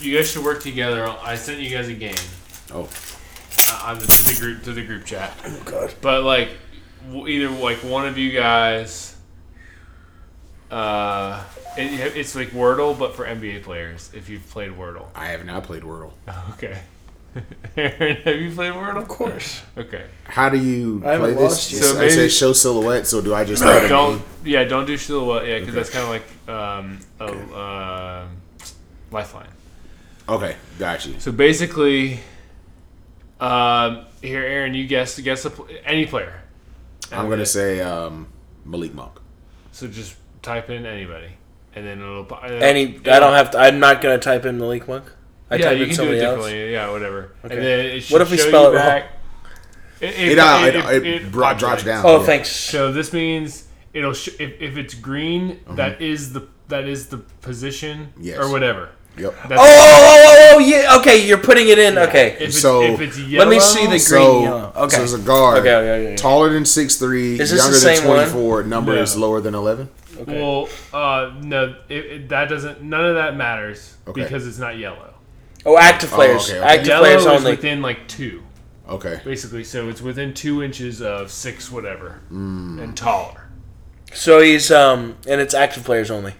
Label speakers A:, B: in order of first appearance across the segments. A: you guys should work together. I sent you guys a game
B: Oh,
A: uh, on the, to the group to the group chat.
B: oh God.
A: But like, w- either like one of you guys, uh, it, it's like Wordle, but for NBA players. If you've played Wordle,
B: I have not played Wordle.
A: okay. Aaron, have you played Wordle?
C: Of course.
A: Okay.
B: How do you
C: I
B: play
C: haven't
B: this?
C: lost yet.
A: So
B: I
A: maybe-
B: said show silhouette, so do I just play the
A: Don't
B: game?
A: yeah, don't do Shilua yeah, because that's kind of like um, a, uh, lifeline.
B: Okay, got you.
A: So basically, um, here, Aaron, you guess guess a pl- any player.
B: I'm gonna say um, Malik Monk.
A: So just type in anybody, and then it'll. pop- it'll-
C: Any, I don't have to. I'm not gonna type in Malik Monk. I
A: yeah,
C: type
A: you
C: in
A: can do it
C: somebody else.
A: differently. Yeah, whatever.
C: Okay.
A: And then it should
C: What if we
A: show
C: spell
A: you
C: it wrong?
A: back- It,
B: It, uh, it, it, bro-
A: populates.
B: drops down.
C: Oh,
B: yeah.
C: thanks.
A: So this means it'll sh- if, if it's green, that is the that is the position
B: Mm-hmm. Yes.
A: or whatever.
B: Yep.
A: That's
C: Oh, oh, oh, oh, yeah. Okay, you're putting it in. Okay.
A: If it's,
B: So-
A: if it's yellow,
C: Let me see the green.
B: So,
C: yellow. Okay.
B: so it's a guard.
C: Okay, okay, okay.
B: Taller than 6'3,
C: Is this
B: younger
C: the
B: than
C: same one?
B: 24, number is
A: No.
B: lower than 11.
C: okay.
A: Well, uh, no, it, it, that doesn't. None of that matters
B: Okay.
A: because it's not yellow.
C: oh, active players.
B: okay, okay.
C: Active
A: Yellow
C: players
A: is
C: only.
A: within like two,
B: Okay.
A: basically. So it's within two inches of six, whatever,
C: Mm.
A: and taller.
C: So he's um, and it's active players only,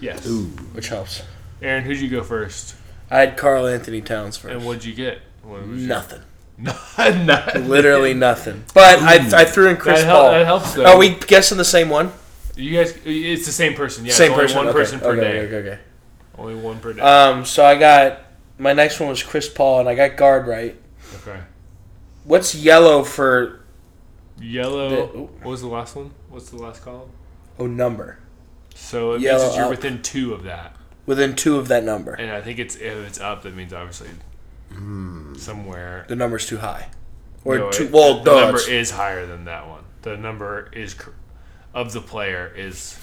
A: Yes.
C: which helps.
A: Aaron, who'd you go first,
C: I had Carl Anthony Towns first.
A: and what'd you get? What was your-
C: Nothing.
A: Not- not-
C: Literally nothing. But I, I threw in Chris
A: That, hel-
C: Paul.
A: that helps though.
C: Are we guessing the same one?
A: You guys, it's the same person. Yeah,
C: same
A: it's only
C: person.
A: One
C: okay.
A: person per
C: okay,
A: day.
C: Okay, okay, okay.
A: Only one per day.
C: Um, so I got my next one was Chris Paul, and I got guard right.
A: okay.
C: What's yellow for
A: Yellow.
C: the- oh.
A: what was the last one? What's the last column?
C: oh number
A: So it means
C: Yellow
A: that you're
C: up.
A: within two of that.
C: within two of that number?
A: And I think it's if it's up, that means obviously
C: Hmm.
A: somewhere.
C: The number's too high, or
A: No,
C: too
A: it-
C: well.
A: the
C: duh,
A: number
C: it's
A: is higher than that one. The number is cr- of the player is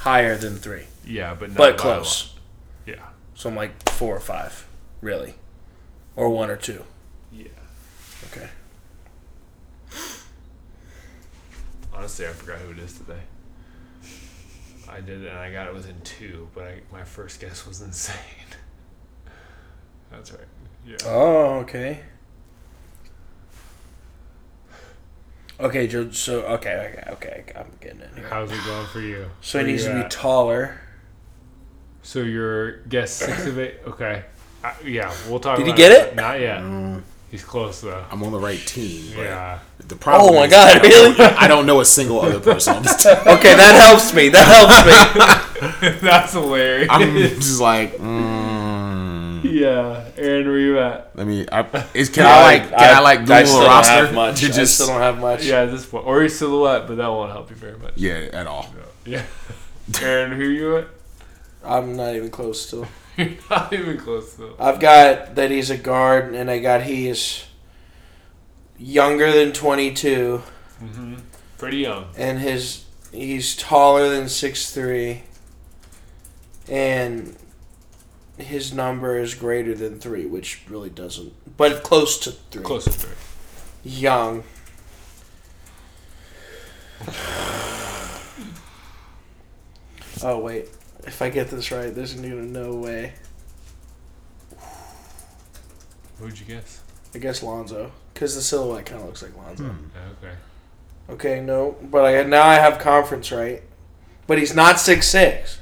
C: higher than three,
A: yeah, but not by a
C: but
A: lot.
C: close.
A: Yeah,
C: So I'm like four or five, really, or one or two.
A: yeah.
C: Okay.
A: Honestly, I forgot who it is today. I did it, and I got it within two, but I, my first guess was insane. That's right. Yeah.
C: Oh, okay. Okay, Joe. So okay, okay, okay. I'm getting it. Here.
A: How's it going for you?
C: So he
A: Where
C: needs
A: you
C: to be
A: at?
C: taller.
A: so your guess six of eight. Okay. I, yeah, we'll talk.
C: Did he
A: about
C: get
A: it?
C: it?
A: Not yet. He's close though.
B: I'm on the right team. But
A: Yeah.
B: The problem
C: Oh my
B: is I
C: God,
B: don't know-
C: really?
B: I don't know a single other person on this team.
C: Okay, that helps me. That helps me.
A: That's hilarious.
B: I'm just like, mm,
A: yeah, Aaron, where you at?
B: let me. I, is, can I like? Can I, like Google
C: still
B: a
C: don't
B: roster?
C: have much.
B: to
C: I
B: just-
C: still don't have much.
A: Yeah, at this point, or your silhouette, but that won't help you very much.
B: yeah, at all.
A: Yeah. Aaron, who you at?
C: I'm not even close still.
A: You're not even close though.
C: I've got that he's a guard, and I got he is younger than 22,
A: Mm-hmm. Pretty young.
C: and his he's taller than 6'3", and his number is greater than three, which really doesn't, but close to three.
A: Close to three.
C: Young. Oh wait, if I get this right, there's gonna be no way.
A: Who'd you guess?
C: I guess Lonzo, because the silhouette kind of looks like Lonzo.
A: Okay.
C: Okay, no, but I now I have conference right, but he's not six six.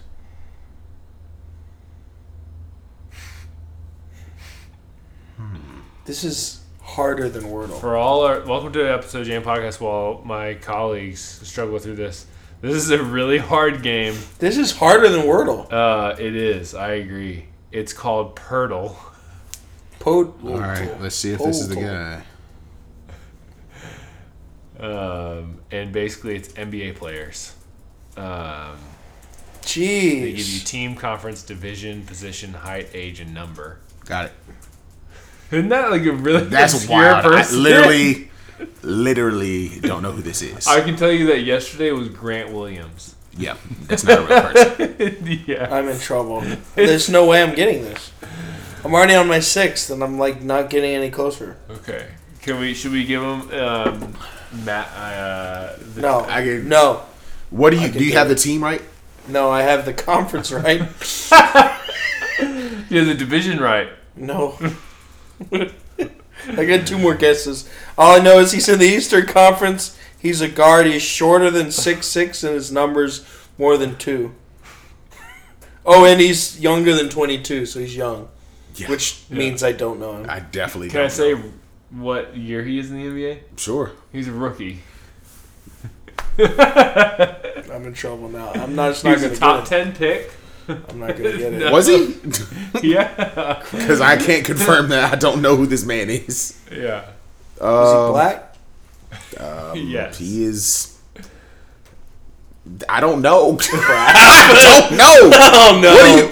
C: This is harder than Wordle.
A: For all our welcome to episode Jam Podcast. While my colleagues struggle through this, this is a really hard game.
C: This is harder than Wordle.
A: Uh, it is. I agree. It's called Purtle.
C: Pod-
B: All right, let's see if this is the guy.
A: um, and basically it's NBA players. Um, they give you
C: Jeez.
A: team, conference, division, position, height, age, and number.
B: Got it.
A: Isn't that like a really
B: That's
A: obscure
B: wild. I
A: person?
B: literally, literally don't know who this is.
A: I can tell you that yesterday was Grant Williams.
B: yeah, that's not a real person.
A: yeah.
C: I'm in trouble. There's no way I'm getting this. I'm already on my sixth, and I'm like not getting any closer.
A: Okay. Can we? Should we give him um, Matt? Uh, the,
C: No,
B: I get-
C: no,
B: What do you
C: can
B: do? You
C: do
B: have
C: it.
B: the team right?
C: no. I have the conference right.
A: You had the division right.
C: No. I got two more guesses. All I know is he's in the Eastern Conference. He's a guard. He's shorter than six six, and his numbers more than two. Oh, and he's younger than twenty two, so he's young,
B: Yeah.
C: which means I don't know him.
B: I definitely
A: Can
B: don't
A: I say
B: know.
A: what year he is in the NBA?
B: Sure.
A: He's a rookie.
C: I'm in trouble now. I'm not. It's
A: He
C: not
A: was a
C: gonna
A: top
C: get it.
A: ten pick.
C: I'm not gonna get it.
A: No.
B: Was he?
A: yeah.
B: Because I can't confirm that. I don't know who this man is.
A: Yeah.
C: Is
B: Um,
C: he black?
A: yes.
B: He is. I don't know. I don't know.
C: Oh no!
B: What are you?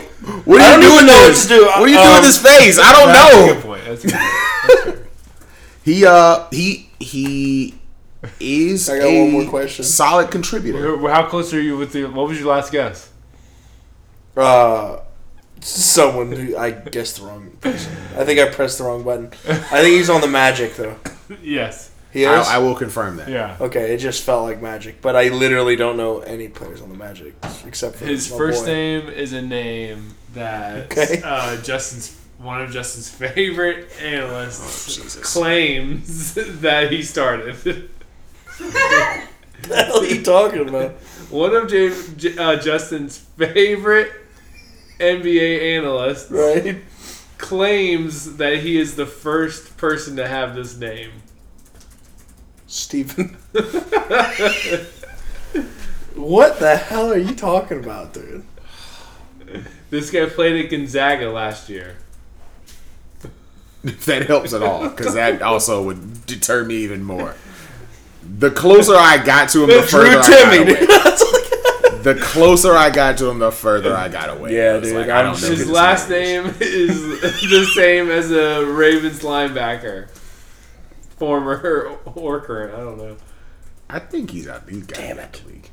B: What
C: I
B: are
C: don't
B: you doing?
C: even know what
B: this?
C: to do.
B: What are you
C: Um,
B: doing this face? I don't
A: That's a
B: know.
A: good point. That's a good point.
B: He uh he he is
C: I got
B: a
C: one more question.
B: solid contributor.
A: How how close are you with the? What was your last guess?
C: Uh, someone who I guessed the wrong person. I think I pressed the wrong button. I think he's on the Magic though.
A: Yes.
C: He is.
B: I, I will confirm that.
A: Yeah.
C: Okay, it just felt like magic, but I literally don't know any players on the Magic except for
A: His
C: my
A: first
C: boy.
A: name is a name that
C: Okay.
A: uh, Justin's one of Justin's favorite analysts
B: Oh, Jesus.
A: claims that he started.
C: What the hell are you talking about?
A: one of J- J- uh, Justin's favorite NBA analysts
C: Right?
A: claims that he is the first person to have this name.
C: Stephen. what the hell are you talking about, dude?
A: This guy played at Gonzaga last year.
B: If that helps at all, because that also would deter me even more. The closer I got to him, the
C: Drew
B: further I
C: Timmy,
B: got away.
C: dude. That's like-
B: The closer I got to him, the further I got away.
C: Yeah,
B: I was
C: dude,
B: Like, I
C: I'm
B: don't know
C: just-
B: who
A: His
B: this
A: last
B: man is.
A: name is the same as a Ravens linebacker, former or current. I don't know.
B: I think he's out. He's got
C: Damn
B: Damn out
C: it.
B: the league.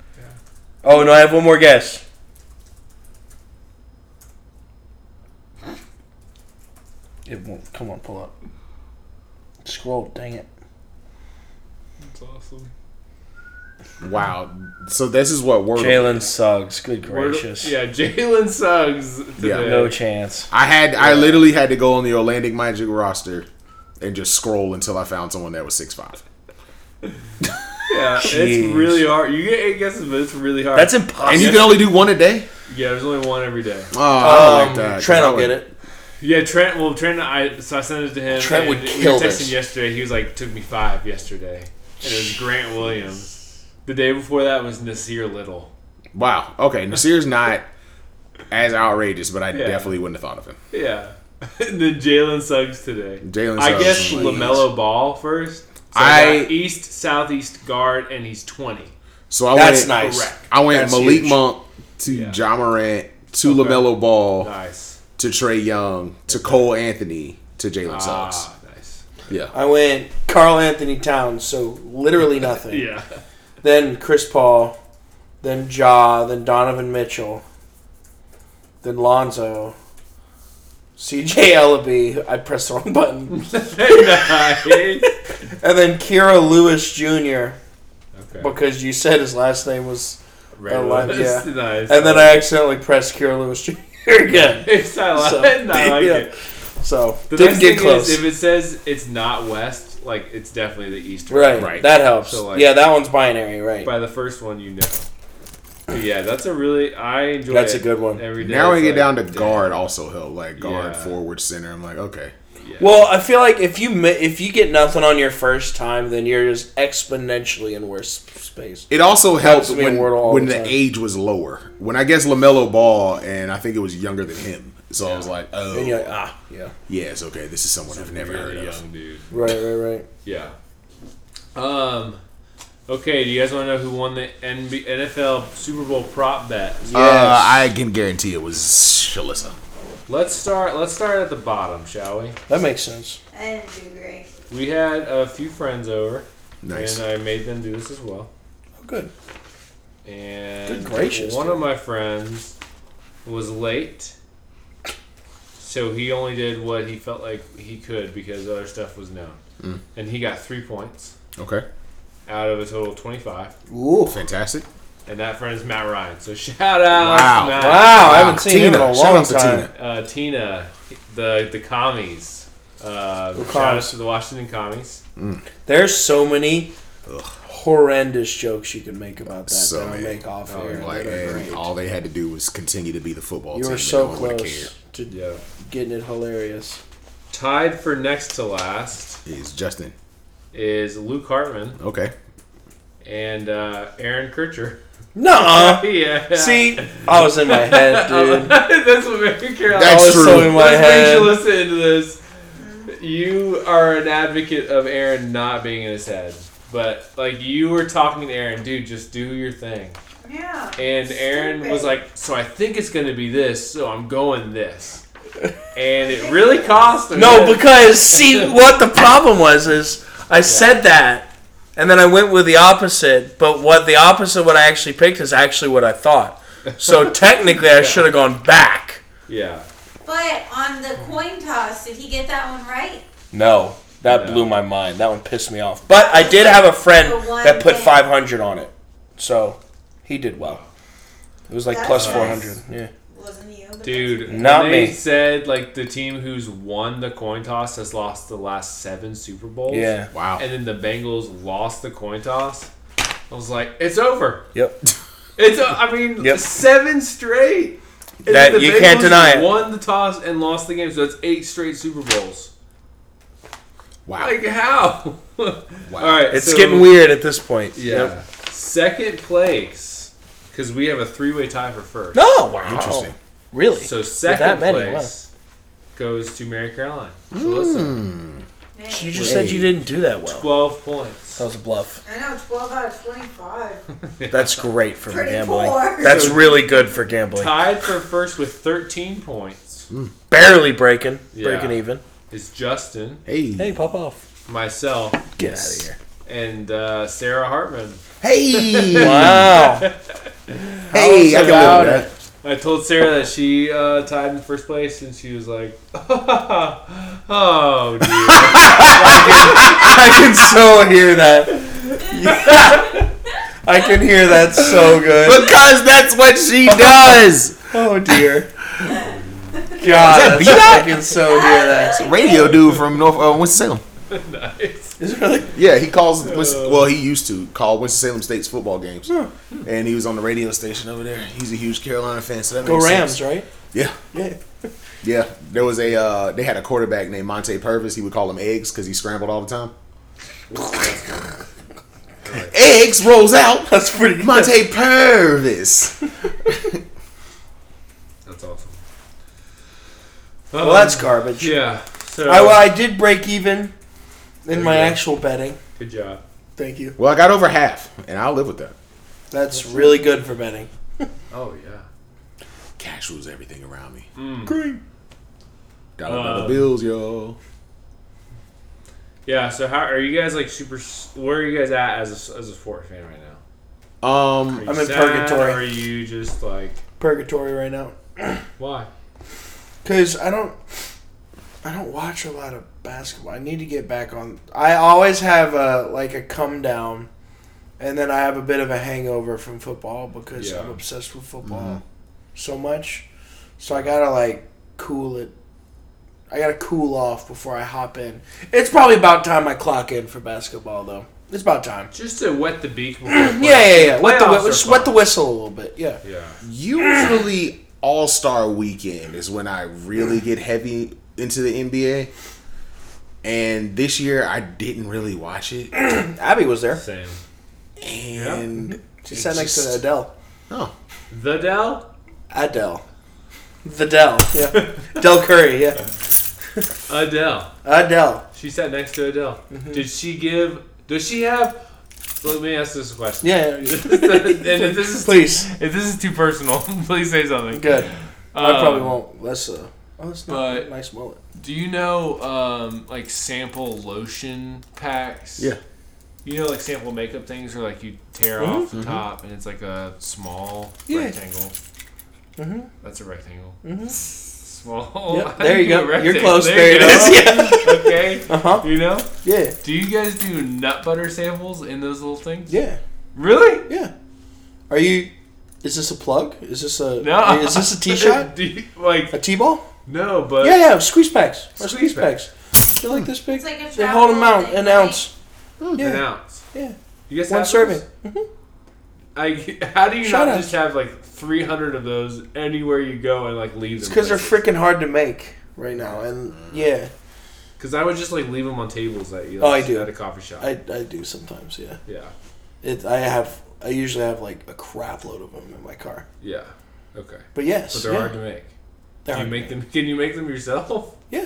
C: oh no, I have one more guess. It won't. Come on, pull up. Scroll, dang it.
A: That's awesome.
B: Wow. So this is what Wordle.
C: Jalen Suggs, good gracious.
A: Yeah, Jalen Suggs. Today.
B: Yeah.
C: No chance.
B: I had. I literally had to go on the Orlandic Magic roster and just scroll until I found someone that was six five.
A: Yeah,
C: Jeez.
A: it's really hard. You get eight guesses, but it's really hard.
C: That's impossible.
B: And you can only do one a day.
A: yeah, there's only one every day.
B: Oh, I don't like
C: Oh, Um,
B: that.
C: Trent
B: I
C: will
B: would-
C: get it.
A: Yeah, Trent. Well, Trent. I so I sent it to him.
C: Trent would
A: and
C: kill
A: we were texting
C: this.
A: yesterday. He was like, "Took me five yesterday," and it was Grant Williams. The day before that was Nasir Little.
B: Wow. Okay. Nasir's not as outrageous, but I
A: Yeah.
B: definitely wouldn't have thought of him.
A: Yeah. and then Jalen Suggs today.
B: Jalen
A: I
B: Suggs
A: guess
B: was-
A: LaMelo Ball first. So
B: I-
A: I got east southeast guard and he's 20.
B: So I
C: That's
B: went.
C: nice.
A: Correct.
B: I went
C: That's
B: Malik
C: huge.
B: Monk to
A: Yeah.
B: John Morant to Lamelo Ball
A: Nice.
B: to Trey Young to Cole Anthony to Jalen Suggs.
A: Ah, nice.
B: Yeah.
C: I went Carl Anthony Towns, so literally nothing.
A: Yeah.
C: Then Chris Paul, then Ja, then Donovan Mitchell, then Lonzo, CJ Ellaby. I pressed the wrong button.
A: nice.
C: and then Kira Lewis Jr.
A: Okay.
C: because you said his last name was.
A: Red
C: I like-
A: Lives.
C: yeah.
A: Nice.
C: And then I accidentally pressed Kira Lewis Jr. again.
A: It's- I like,
C: So,
A: I like
C: yeah.
A: it.
C: So
A: The
C: didn't
A: next
C: get
A: thing
C: close.
A: is, if it says it's not west, like it's definitely the east.
C: right,
B: Right.
C: That helps.
A: So, like-
C: yeah, that one's binary. Right.
A: By the first one, you know. But yeah, that's a really I enjoy.
C: That's a
A: it
C: good one.
A: Every day.
B: Narrowing
A: It's
B: it down to
A: like,
B: guard also helped. Like guard,
A: Yeah.
B: forward, center. I'm like, okay.
A: yeah.
C: Well, I feel like if you mi- if you get nothing on your first time, then you're just exponentially in worse space.
B: It also helped
C: me
B: when,
C: in Wordle all
B: when
C: the
B: the
C: time.
B: age was lower. When I guess Lamelo Ball, and I think it was younger than him. So I was like, oh,
C: And you're like, ah, yeah,
B: yeah, it's okay. This is someone I've never heard
A: Really
B: of.
A: young dude.
C: right, right, right.
A: Yeah. Um. Okay. Do you guys want to know who won the NB- NFL Super Bowl prop bet?
B: Uh, I can guarantee it was Shalissa.
A: Let's start. Let's start at the bottom, shall we?
C: that makes sense.
D: I didn't do great.
A: We had a few friends over,
B: Nice.
A: and I made them do this as well.
C: Oh, good.
A: And
C: Good gracious,
A: one
C: dude.
A: of my friends was late, so he only did what he felt like he could because other stuff was known,
C: Mm.
A: and he got three points
B: Okay.
A: out of a total of twenty-five.
C: Ooh,
B: Fantastic.
A: and that friend is Matt Ryan. So shout out,
B: Wow.
A: Matt.
C: Wow, I haven't seen him in a
B: Tina. Shout
C: long
B: out to
C: time.
B: Tina.
A: Uh, Tina, the the commies. Uh,
C: The
A: shout out
C: commies.
A: to the Washington commies.
C: There's so many horrendous jokes you can make about that
B: So
C: that I'll
B: many.
C: make off
A: Oh,
C: air.
B: Like,
C: That are
B: and
C: great.
B: all they had to do was continue to be the football
C: you
B: team.
C: were
B: and
C: so
B: no one would've
C: close to
A: Yeah,
C: getting it hilarious.
A: tied for next to last
B: cared. Is Justin
A: is Luke Hartman
B: okay?
A: and uh, Aaron Kircher.
C: Nuh-uh.
A: yeah.
C: See, I was in my head, Uh, dude.
A: That's what made me care.
C: I
B: That's
C: was
B: true.
C: so in my
A: Let's make you
C: head.
A: listen into this. You are an advocate of Aaron not being in his head, but like you were talking to Aaron, dude, just do your thing.
D: Yeah.
A: And Aaron was like, "So I think it's gonna be this, so I'm going this," and it really cost him.
C: No, because see what the problem was is I said that and then I went with the opposite, but what the opposite what I actually picked is actually what I thought. So technically I should have gone back.
A: yeah,
D: But on the coin toss, did he get that one right?
C: No. That
A: No.
C: blew my mind. That one pissed me off. But I did have a friend
D: The one
C: that put
D: thing.
C: 500 on it. So he did well. It was like
D: That's
C: plus
D: nice.
C: 400. Yeah.
D: Wasn't you? but
A: dude. when
C: Not
A: they
C: me.
A: Said like the team who's won the coin toss has lost the last seven Super Bowls.
C: Yeah.
B: Wow.
A: and then the Bengals lost the coin toss. I was like, it's over.
C: Yep.
A: It's uh, I mean
C: Yep.
A: seven straight. And
C: That-
A: the
C: you can't
A: Bengals
C: deny it.
A: Won the toss and lost the game, so it's eight straight Super Bowls.
B: Wow.
A: Like how? All right,
C: It's
A: so-
C: getting weird at this point.
A: Yeah,
C: Yep.
A: second place because we have a three-way tie for first.
C: No. Wow.
B: Interesting.
C: Really?
A: So
C: that
A: second
C: many,
A: place goes to Mary Caroline. Melissa,
C: Hmm.
D: Nice.
C: you just said you didn't do that well.
A: twelve points.
C: That was a bluff.
D: I know, 12 out of 25.
C: That's great for
D: Pretty
C: gambling.
D: poor.
C: That's really good for gambling.
A: Tied for first with thirteen points
C: Barely breaking,
A: Yeah.
C: breaking even.
A: is Justin,
B: Hey. Hey.
C: pop off.
A: myself,
C: Get out of here.
A: and uh, Sarah Hartman.
B: Hey.
C: Wow.
B: hey. I can live
C: about
B: with that.
A: I told Sarah that she uh, tied in first place, and she was like, "Oh, dear.
C: I can so hear that. I can hear that so good.
B: Because that's what she does.
C: Oh dear. God,
B: Is that
C: that's- I
B: Vida?
C: can so hear that.
B: Radio dude from North uh, Winston Salem.
A: nice."
C: Is it really?
B: Yeah, he calls. Winston, well, he used to call Winston Salem State's football games, and he was on the radio station over there. He's a huge Carolina fan, so that
C: Go
B: makes
C: Rams,
B: sense.
C: right?
B: Yeah,
C: Yeah.
B: yeah. There was a uh, they had a quarterback named Monte Purvis. He would call him Eggs because he scrambled all the time. Eggs rolls out.
C: That's pretty good.
B: Monte Purvis.
A: That's awesome. Um,
C: Well, that's garbage.
A: yeah. So
C: I, well, I did break even in my
A: you go.
C: actual betting.
A: good job.
C: Thank you.
B: Well, I got over half, and I'll live with that.
C: That's really good for betting.
A: Oh yeah.
B: Cash rules everything around me.
C: Green.
B: Dollar dollar
C: Uh,
A: Um,
B: bills, yo.
A: Yeah. So how are you guys like super? s- Where are you guys at as a, as a sport fan right now?
B: Um,
A: Are you
C: I'm in
A: sad,
C: purgatory.
A: Or are you just like
C: Purgatory right now.
A: why?
C: Cause I don't, I don't watch a lot of basketball. I need to get back on. I always have a like a come down, and then I have a bit of a hangover from football because
A: Yeah.
C: I'm obsessed with football so much. So I gotta like cool it. I gotta cool off before I hop in. It's probably about time I clock in for basketball though. It's about time.
A: Just to wet the beak. Before
C: yeah, yeah, yeah. Wet the,
A: Playoffs
C: whi-
A: are
C: just wet the
A: fun.
C: whistle a little bit. Yeah.
A: Yeah.
B: usually All Star Weekend is when I really get heavy into the NBA. And this year I didn't really watch it,
C: Abby was there.
A: Same.
B: and oh,
C: She
B: it
C: sat next to
B: just-
C: Adele.
B: No,
A: The Dell.
C: Adele. The Dell, yeah. Del Curry, yeah.
A: Adele.
C: Adele.
A: She sat next to Adele.
C: Mm-hmm.
A: Did she give? Does she have? Let me ask this question.
C: Yeah. yeah.
A: and if this is
C: Please.
A: if this is too personal, please say something.
C: Good. I
A: Um,
C: probably won't. That's uh Oh, that's not
A: but-
C: a nice mullet.
A: Do you know um, like sample lotion packs?
B: Yeah.
A: You know, like sample makeup things where like you tear off the top and it's like a small
C: Mm-hmm. Yeah.
A: rectangle.
C: Mhm.
A: That's a rectangle.
C: Mhm.
A: Small.
C: Yep, there you
A: I
C: go.
A: knew a
C: You're
A: rectangle.
C: close.
A: There,
C: There it
A: you go. okay.
C: Uh huh.
A: You know?
C: Yeah.
A: Do you guys do nut butter samples in those little things?
C: Yeah.
A: Really?
C: Yeah. Are you? Is this a plug? Is this a?
A: No.
C: Is this a tee shot?
A: Do you- like
C: A tee ball?
A: no, but
C: yeah, yeah. Squeeze packs. Or
A: Uh, Squeeze
C: squeeze packs. They're like this big.
D: It's like a
C: they hold them
D: travel
C: out
D: thing,
C: an
D: right?
C: ounce.
A: an
C: Yeah.
A: ounce.
C: Yeah.
A: You guys
C: One
A: have
C: serving. Mm-hmm.
A: those? Like, how do you
C: Shut
A: not
C: up.
A: just have like 300 of those anywhere you go and like leave
C: It's
A: them?
C: because they're
A: places?
C: freaking hard to make right now, and yeah,
A: Cause I would just like leave them on tables at you.
C: Oh, I
A: like,
C: do.
A: at a coffee shop.
C: I, I do sometimes. Yeah.
A: yeah,
C: It. I have. I usually have like a crap load of them in my car.
A: yeah, okay.
C: But yes,
A: But they're
C: yeah,
A: hard to make.
C: they're
A: Do you
C: hard to
A: make them? Can you make them yourself?
C: Yeah.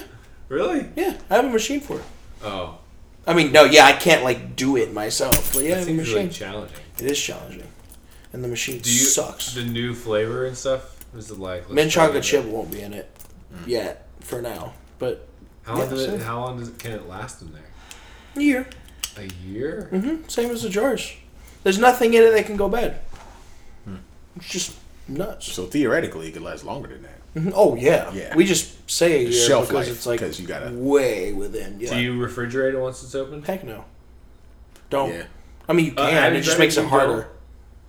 A: Really?
C: Yeah, I have a machine for it.
A: Oh,
C: I mean, no, yeah, I can't like do it myself, but yeah, I
A: that
C: have a
A: seems
C: machine.
A: really challenging.
C: it is challenging, and the machine
A: Do you
C: sucks.
A: the new flavor and stuff? Is it like let's
C: Mint
A: try
C: chocolate
A: it.
C: chip won't be in it
A: Mm.
C: yet for now, but
A: How long,
C: Yeah,
A: does
C: sure.
A: it, how long does it, can it last in there?
C: a year.
A: A year?
C: hmm Same as the jars. There's nothing in it that can go bad.
A: Hmm.
C: It's just nuts.
B: So theoretically, it could last longer than that.
C: Mhm. Oh yeah.
B: Yeah.
C: We just say a year
B: Shelf
C: because
B: life,
C: it's like
B: 'cause you gotta-
C: way within. Yeah.
A: Do you refrigerate it once it's open?
C: Heck no. Don't.
B: Yeah.
C: I mean, you
A: Uh,
C: can.
A: Abby's
C: it just
A: better
C: makes it
A: you
C: harder.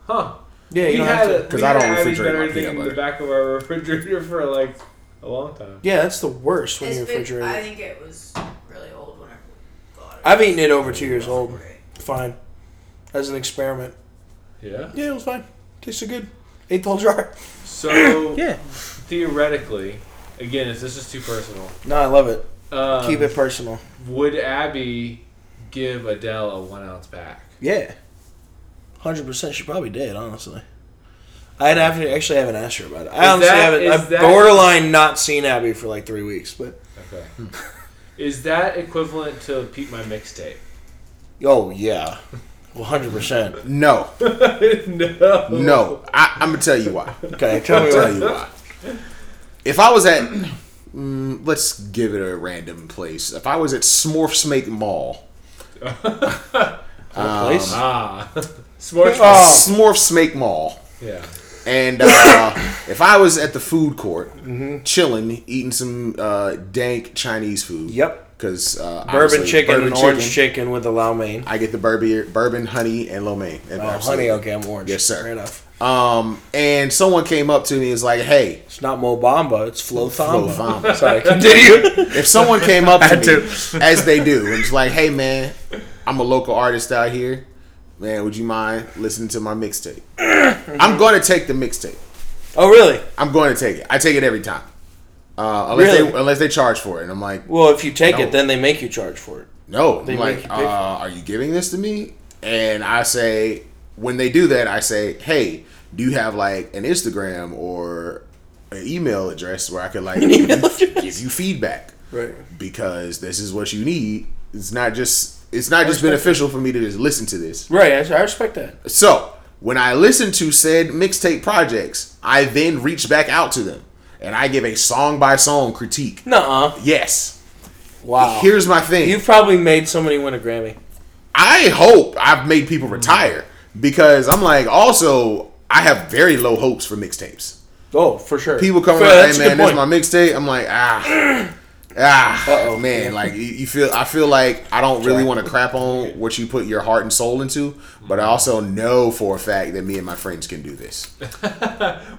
A: Huh?
C: Yeah. You
A: we
C: don't
A: had
C: have to.
A: a-
B: 'Cause
A: we
B: I don't
A: had Abby's
B: refrigerate
A: better
B: my
A: thing
B: peanut
A: in the
B: butter.
A: back of our refrigerator for like a long time.
C: Yeah, that's the worst when
D: It's
C: you
D: been-
C: refrigerate.
D: I
C: it.
D: think it was really old when I got it.
C: I've eaten it over two years old. Fine. As an experiment.
A: Yeah.
C: Yeah, it was fine. Tasted good. Ate the whole jar.
A: So theoretically, again, if this is too personal,
C: No, I love it.
A: um,
C: Keep it personal.
A: Would Abby give Adele a one ounce pack?
C: Yeah. 100%. She probably did, honestly. I'd have to, actually haven't asked her about it. I
A: Is
C: honestly
A: that-
C: haven't.
A: is
C: I've
A: that-
C: borderline not seen Abby for like three weeks. But,
A: Okay. is that equivalent to Pete my mixtape?
C: oh, yeah. 100%.
B: No,
A: no.
B: no. I, I'm gonna tell you why.
C: Okay, tell me
B: I'll tell
C: what.
B: you why. If I was at, mm, let's give it a random place. If I was at Smurfsmake Mall,
C: place?
A: Ah. S'mores.
C: Oh.
B: Smurfsmake Mall,
A: Yeah.
B: and uh, if I was at the food court,
C: Mm-hmm.
B: chilling, eating some uh, dank Chinese food.
C: Yep.
B: Because uh,
C: Bourbon
B: obviously,
C: chicken
B: bourbon
C: and orange chicken, Oh, with the lo mein.
B: I get the bourbon, bourbon, honey, and lo mein. And
C: Oh,
B: absolutely.
C: honey, okay, I'm orange.
B: Yes, sir.
C: Fair enough.
B: Um, and someone came up to me and was like, "Hey,
C: It's not Mo Bamba, it's Flo Thamba.
B: Thamba.
C: Sorry, continue.
B: if someone came up
C: I
B: to
C: had
B: me,
C: to.
B: as they do, and it's like, hey man, I'm a local artist out here. Man, would you mind listening to my mixtape? I'm going to take the mixtape.
C: oh, really?
B: I'm going to take it. I take it every time, uh, unless
C: Really?
B: they unless they charge for it. And I'm like,
C: Well, if you take
B: No.
C: it, then they make you charge for it.
B: no. I'm
C: They make you
B: like,
C: pay
B: uh,
C: for it.
B: are you giving this to me? And I say, when they do that, I say, hey, do you have like an Instagram or an email address where I could like give
C: email
B: you,
C: address.
B: give you feedback?
C: Right.
B: because this is what you need. It's not just it's not just beneficial for me to just listen to this.
C: Right. I, I respect that.
B: So when I listen to said mixtape projects, I then reach back out to them and I give a song by song critique.
C: Nuh-uh.
B: Yes.
C: Wow.
B: Here's my thing.
C: You've probably made somebody win a Grammy.
B: I hope I've made people retire because I'm like also I have very low hopes for mixtapes.
C: Oh, for sure.
B: People come
C: Fair,
B: like,
C: that's
B: hey
C: a
B: man,
C: good
B: this is
C: point.
B: my mixtape. I'm like, ah, ah,
C: Uh-oh.
B: oh man, like you, you feel. I feel like I don't really want to crap on what you put your heart and soul into, but I also know for a fact that me and my friends can do this.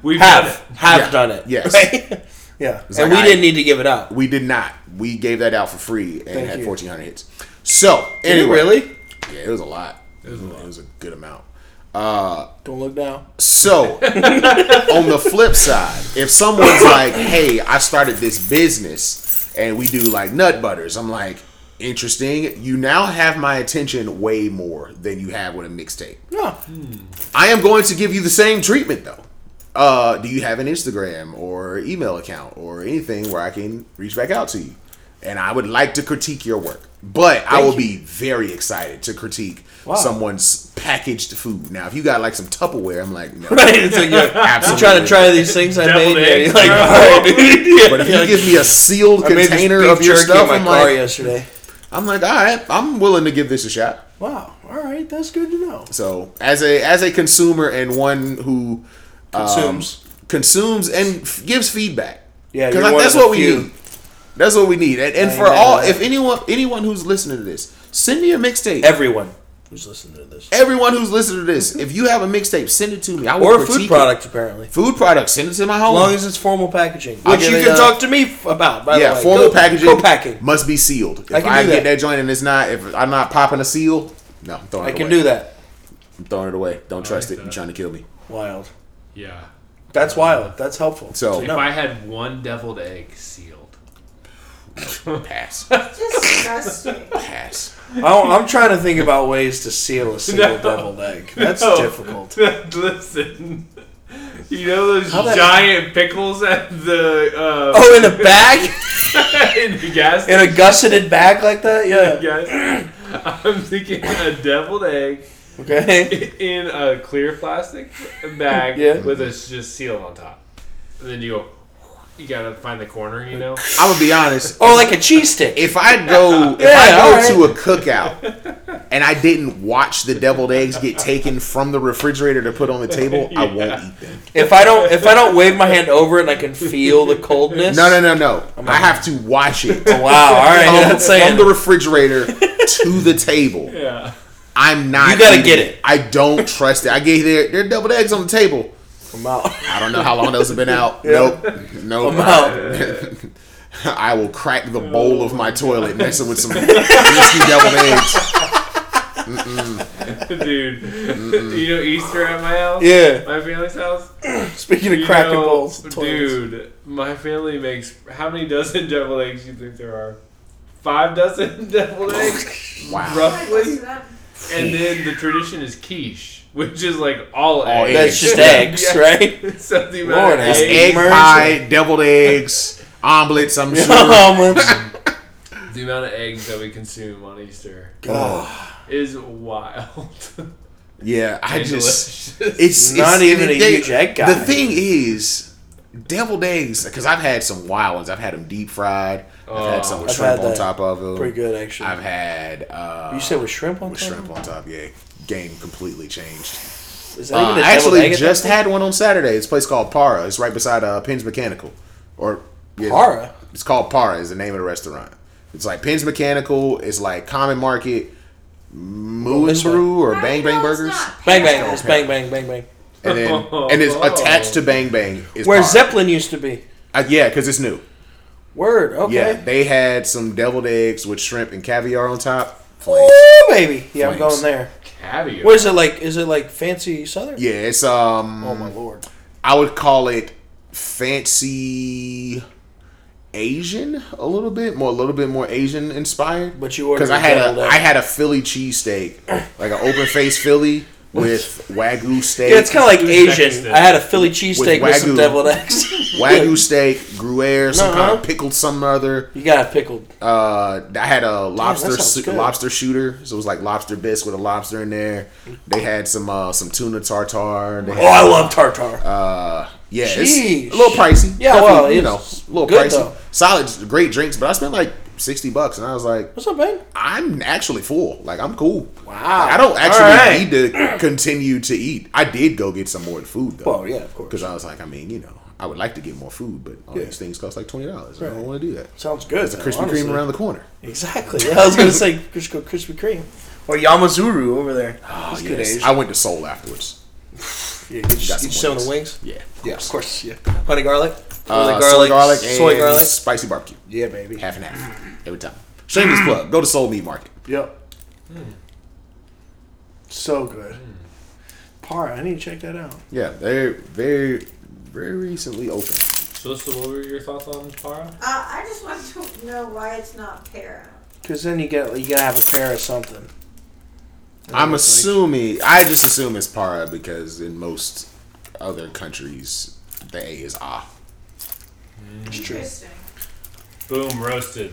A: We've
C: have
A: done
C: have
B: Yeah.
C: done it.
B: Yes.
C: Right? yeah. and
B: like,
C: we
B: I-
C: didn't need to give it out.
B: We did not. We gave that out for free and
C: Thank
B: had
C: you.
B: 1,400 hits. So
C: Did you
B: anyway,
C: really?
B: yeah, it was a lot. It was a, lot. It was a good amount. Uh,
C: Don't look down.
B: So, on the flip side, if someone's like, "Hey, I started this business and we do like nut butters," I'm like, "Interesting. You now have my attention way more than you have with a mixtape."
C: No.
B: I am going to give you the same treatment though. Uh, do you have an Instagram or email account or anything where I can reach back out to you? And I would like to critique your work, but I will be very excited to critique
C: Wow.
B: someone's packaged food. Now, if you got like some Tupperware, I'm like, no,
C: Right. It's like you're
B: absolutely.
C: trying to try these things I
A: Deviled
C: made.
A: eggs,
C: and you're like,
A: bro.
C: all right, dude. Yeah,
B: But if
C: you're
B: you
C: like,
B: give me a sealed
C: I made this
B: container
C: beef
B: of your
C: jerky
B: stuff,
C: in
B: I'm
C: my car
B: like,
C: yesterday.
B: I'm like, all right, I'm willing to give this a shot.
C: Wow. All right. That's good to know.
B: So as a as a consumer and one who um,
C: Consumes.
B: consumes and f- gives feedback.
C: Yeah,
B: because
C: you're one
B: that's
C: of the
B: what we
C: few.
B: need. That's what we need. And, and
C: I
B: for
C: know
B: all,
C: that.
B: if anyone anyone who's listening to this, send me a mixtape.
C: Everyone. who's listening to this.
B: Everyone who's listening to this, if you have a mixtape, send it to me. I will
C: Or a
B: critique
C: food
B: it.
C: product, apparently. Oh.
B: Food product. Send it to my
C: As
B: home.
C: long as it's formal packaging,
B: I'll
C: which
B: give
C: you
B: it
C: can
B: a-
C: talk to me f- about. By
B: yeah,
C: the way.
B: formal
C: Co-
B: packaging
C: co-packing.
B: must be sealed. If I,
C: I can do
B: get
C: that.
B: that joint and it's not, if I'm not popping a seal, no, I'm throwing
C: I
B: it
C: can
B: away.
C: do that.
B: I'm throwing it away. Don't trust
A: like
B: it.
A: that.
B: You're trying to kill me.
C: Wild.
A: Yeah.
C: That's wild. That's helpful.
B: So-
A: If
C: Oh, no.
A: I had one deviled egg sealed.
B: Pass.
D: Just disgusting.
B: Pass.
C: I- I'm trying to think about ways to seal a single deviled egg. That's
A: No.
C: difficult.
A: Oh, Listen. You know those
C: How that-
A: giant pickles at the uh,
C: Oh, in a bag,
A: in the gas
C: in a gusseted bag like that. Yeah.
A: Guys, I'm thinking a deviled egg
C: Okay.
A: in a clear plastic bag
C: Yeah.
A: with a s- just seal on top. And then you go, you gotta find the corner, you know?
B: I'm gonna be honest.
C: Or like a cheese stick.
B: If I go, if
C: Yeah,
B: I go
C: alright.
B: to a cookout and I didn't watch the deviled eggs get taken from the refrigerator to put on the table, I won't eat them.
C: If I don't, if I don't wave my hand over it and I can feel the coldness.
B: No, no, no, no. I have to watch it from,
C: Wow. All right. that's
B: from
C: saying.
B: the refrigerator to the table.
A: Yeah.
B: I'm not.
C: You gotta
B: eating
C: get it.
B: I don't trust it. I gave there. There are deviled eggs on the table.
C: I'm out.
B: I don't know how long those have been out. Nope. Nope.
C: I'm Oh out.
B: I will crack the bowl of my toilet messing with some risky deviled eggs.
A: Dude, you know Easter at my house?
C: Yeah.
A: My family's house?
C: Speaking of
A: You
C: cracking
A: know,
C: bowls, toilets.
A: Dude, my family makes, how many dozen deviled eggs do you think there are? Five dozen deviled eggs?
B: Wow.
A: Roughly? And then the tradition is quiche, which is like all eggs.
C: That's just
B: Yeah.
C: eggs, right?
A: So the amount
C: Lord,
A: of
C: that's
A: eggs-
B: Egg
C: Mercy.
B: pie, deviled eggs, omelets. I'm sure.
C: Omelets.
A: The amount of eggs that we consume on Easter
C: God.
A: is wild.
B: Yeah, I
A: And
B: just.
A: delicious.
B: It's it's-
C: Not even a
B: they-
C: huge egg guy.
B: The thing is, deviled eggs because I've had some wild ones. I've had them deep fried. I've had some with
C: Oh. I've
B: shrimp
C: had
B: on
C: that.
B: top of them.
C: Pretty good, actually.
B: I've had. Uh,
C: you said with shrimp on
B: with
C: top?
B: shrimp on top. Yeah, game completely changed.
C: Is
B: Uh,
C: even a
B: I
C: deviled
B: actually
C: egg at
B: just
C: that
B: had one on Saturday. It's a place called Para. It's right beside uh, Penn's Mechanical, or yeah,
C: Para?
B: It's called Para. Is the name of the restaurant. It's like Penn's Mechanical. It's like Common Market, Moo and
C: this one.
B: Brew or
D: How do you
B: Bang
D: know
B: Bang
D: it's
B: Burgers,
D: not
C: Bang
D: pepper?
C: bang, it's bang bang bang bang.
B: and then and it's attached to Bang Bang. Is
C: Where
B: Para.
C: Zeppelin used to be.
B: Uh, yeah, because it's new.
C: Word. Okay.
B: Yeah, they had some deviled eggs with shrimp and caviar on top. Flames.
C: Ooh, baby. Yeah, I'm
B: Flames.
C: going there.
A: Caviar.
C: What is it like? Is it like fancy southern?
B: Yeah, it's um.
C: Oh my lord.
B: I would call it fancy Asian a little bit more, a little bit more Asian inspired.
C: But you ordered
B: I had
C: deviled
B: a
C: egg.
B: I had a Philly cheesesteak, like an open face Philly with wagyu steak.
C: Yeah, it's kind of like Asian.
A: Uzbekistan.
C: I had a Philly cheesesteak with, some
B: Wagyu.
C: deviled eggs.
B: wagyu steak, Gruyere, some kind
C: Uh-huh.
B: of pickled some other.
C: you got it pickled.
B: Uh, I had a lobster
C: sounds
B: su-
C: good.
B: lobster shooter, so it was like lobster bisque with a lobster in there. They had some uh, some tuna tartar. They
C: Oh,
B: had,
C: I love tartar.
B: Uh, yeah,
C: Sheesh.
B: it's a little pricey.
C: Yeah,
B: Definitely,
C: well,
B: you know,
C: it's
B: a little
C: good,
B: pricey.
C: though.
B: Solid, great drinks, but I spent like sixty bucks, and I was like,
C: What's up, man?
B: I'm actually full. Like I'm cool. Wow,
C: Wow.
B: I don't actually
C: Alright.
B: need to continue to eat. I did go get some more food though.
C: Well, yeah, of course.
B: because I was like, I mean, you know, I would like to get more food, but all these things cost like twenty dollars. I
C: Right.
B: don't want to do that.
C: Sounds good. It's a
B: Krispy Kreme around the corner.
C: Exactly. Yeah, I was gonna say just go Krispy Kreme or Yamazuru over there. Oh,
B: Yes. I went to Seoul afterwards.
C: Yeah, you just
B: some
C: eat some of the wings.
B: Yeah,
C: Of
B: yes.
C: course. Yeah. Honey garlic.
B: Uh,
C: Garlic,
B: soy garlic,
C: soy
B: and
C: garlic.
B: spicy barbecue.
C: Yeah, baby.
B: Half and half every time.
C: Mm.
B: Shameless plug. Go to Seoul Meat Market.
C: Yep. Hmm. So good.
B: Hmm.
C: Par, I need to check that out.
B: Yeah, they're very, very recently opened.
A: So, so what were your thoughts on para?
D: Uh, I just want to know why it's not para.
C: Cause then you get you gotta have a pair of something.
B: I'm assuming, I just assume it's para because in most other countries, the A is ah.
D: Interesting.
A: Boom, roasted.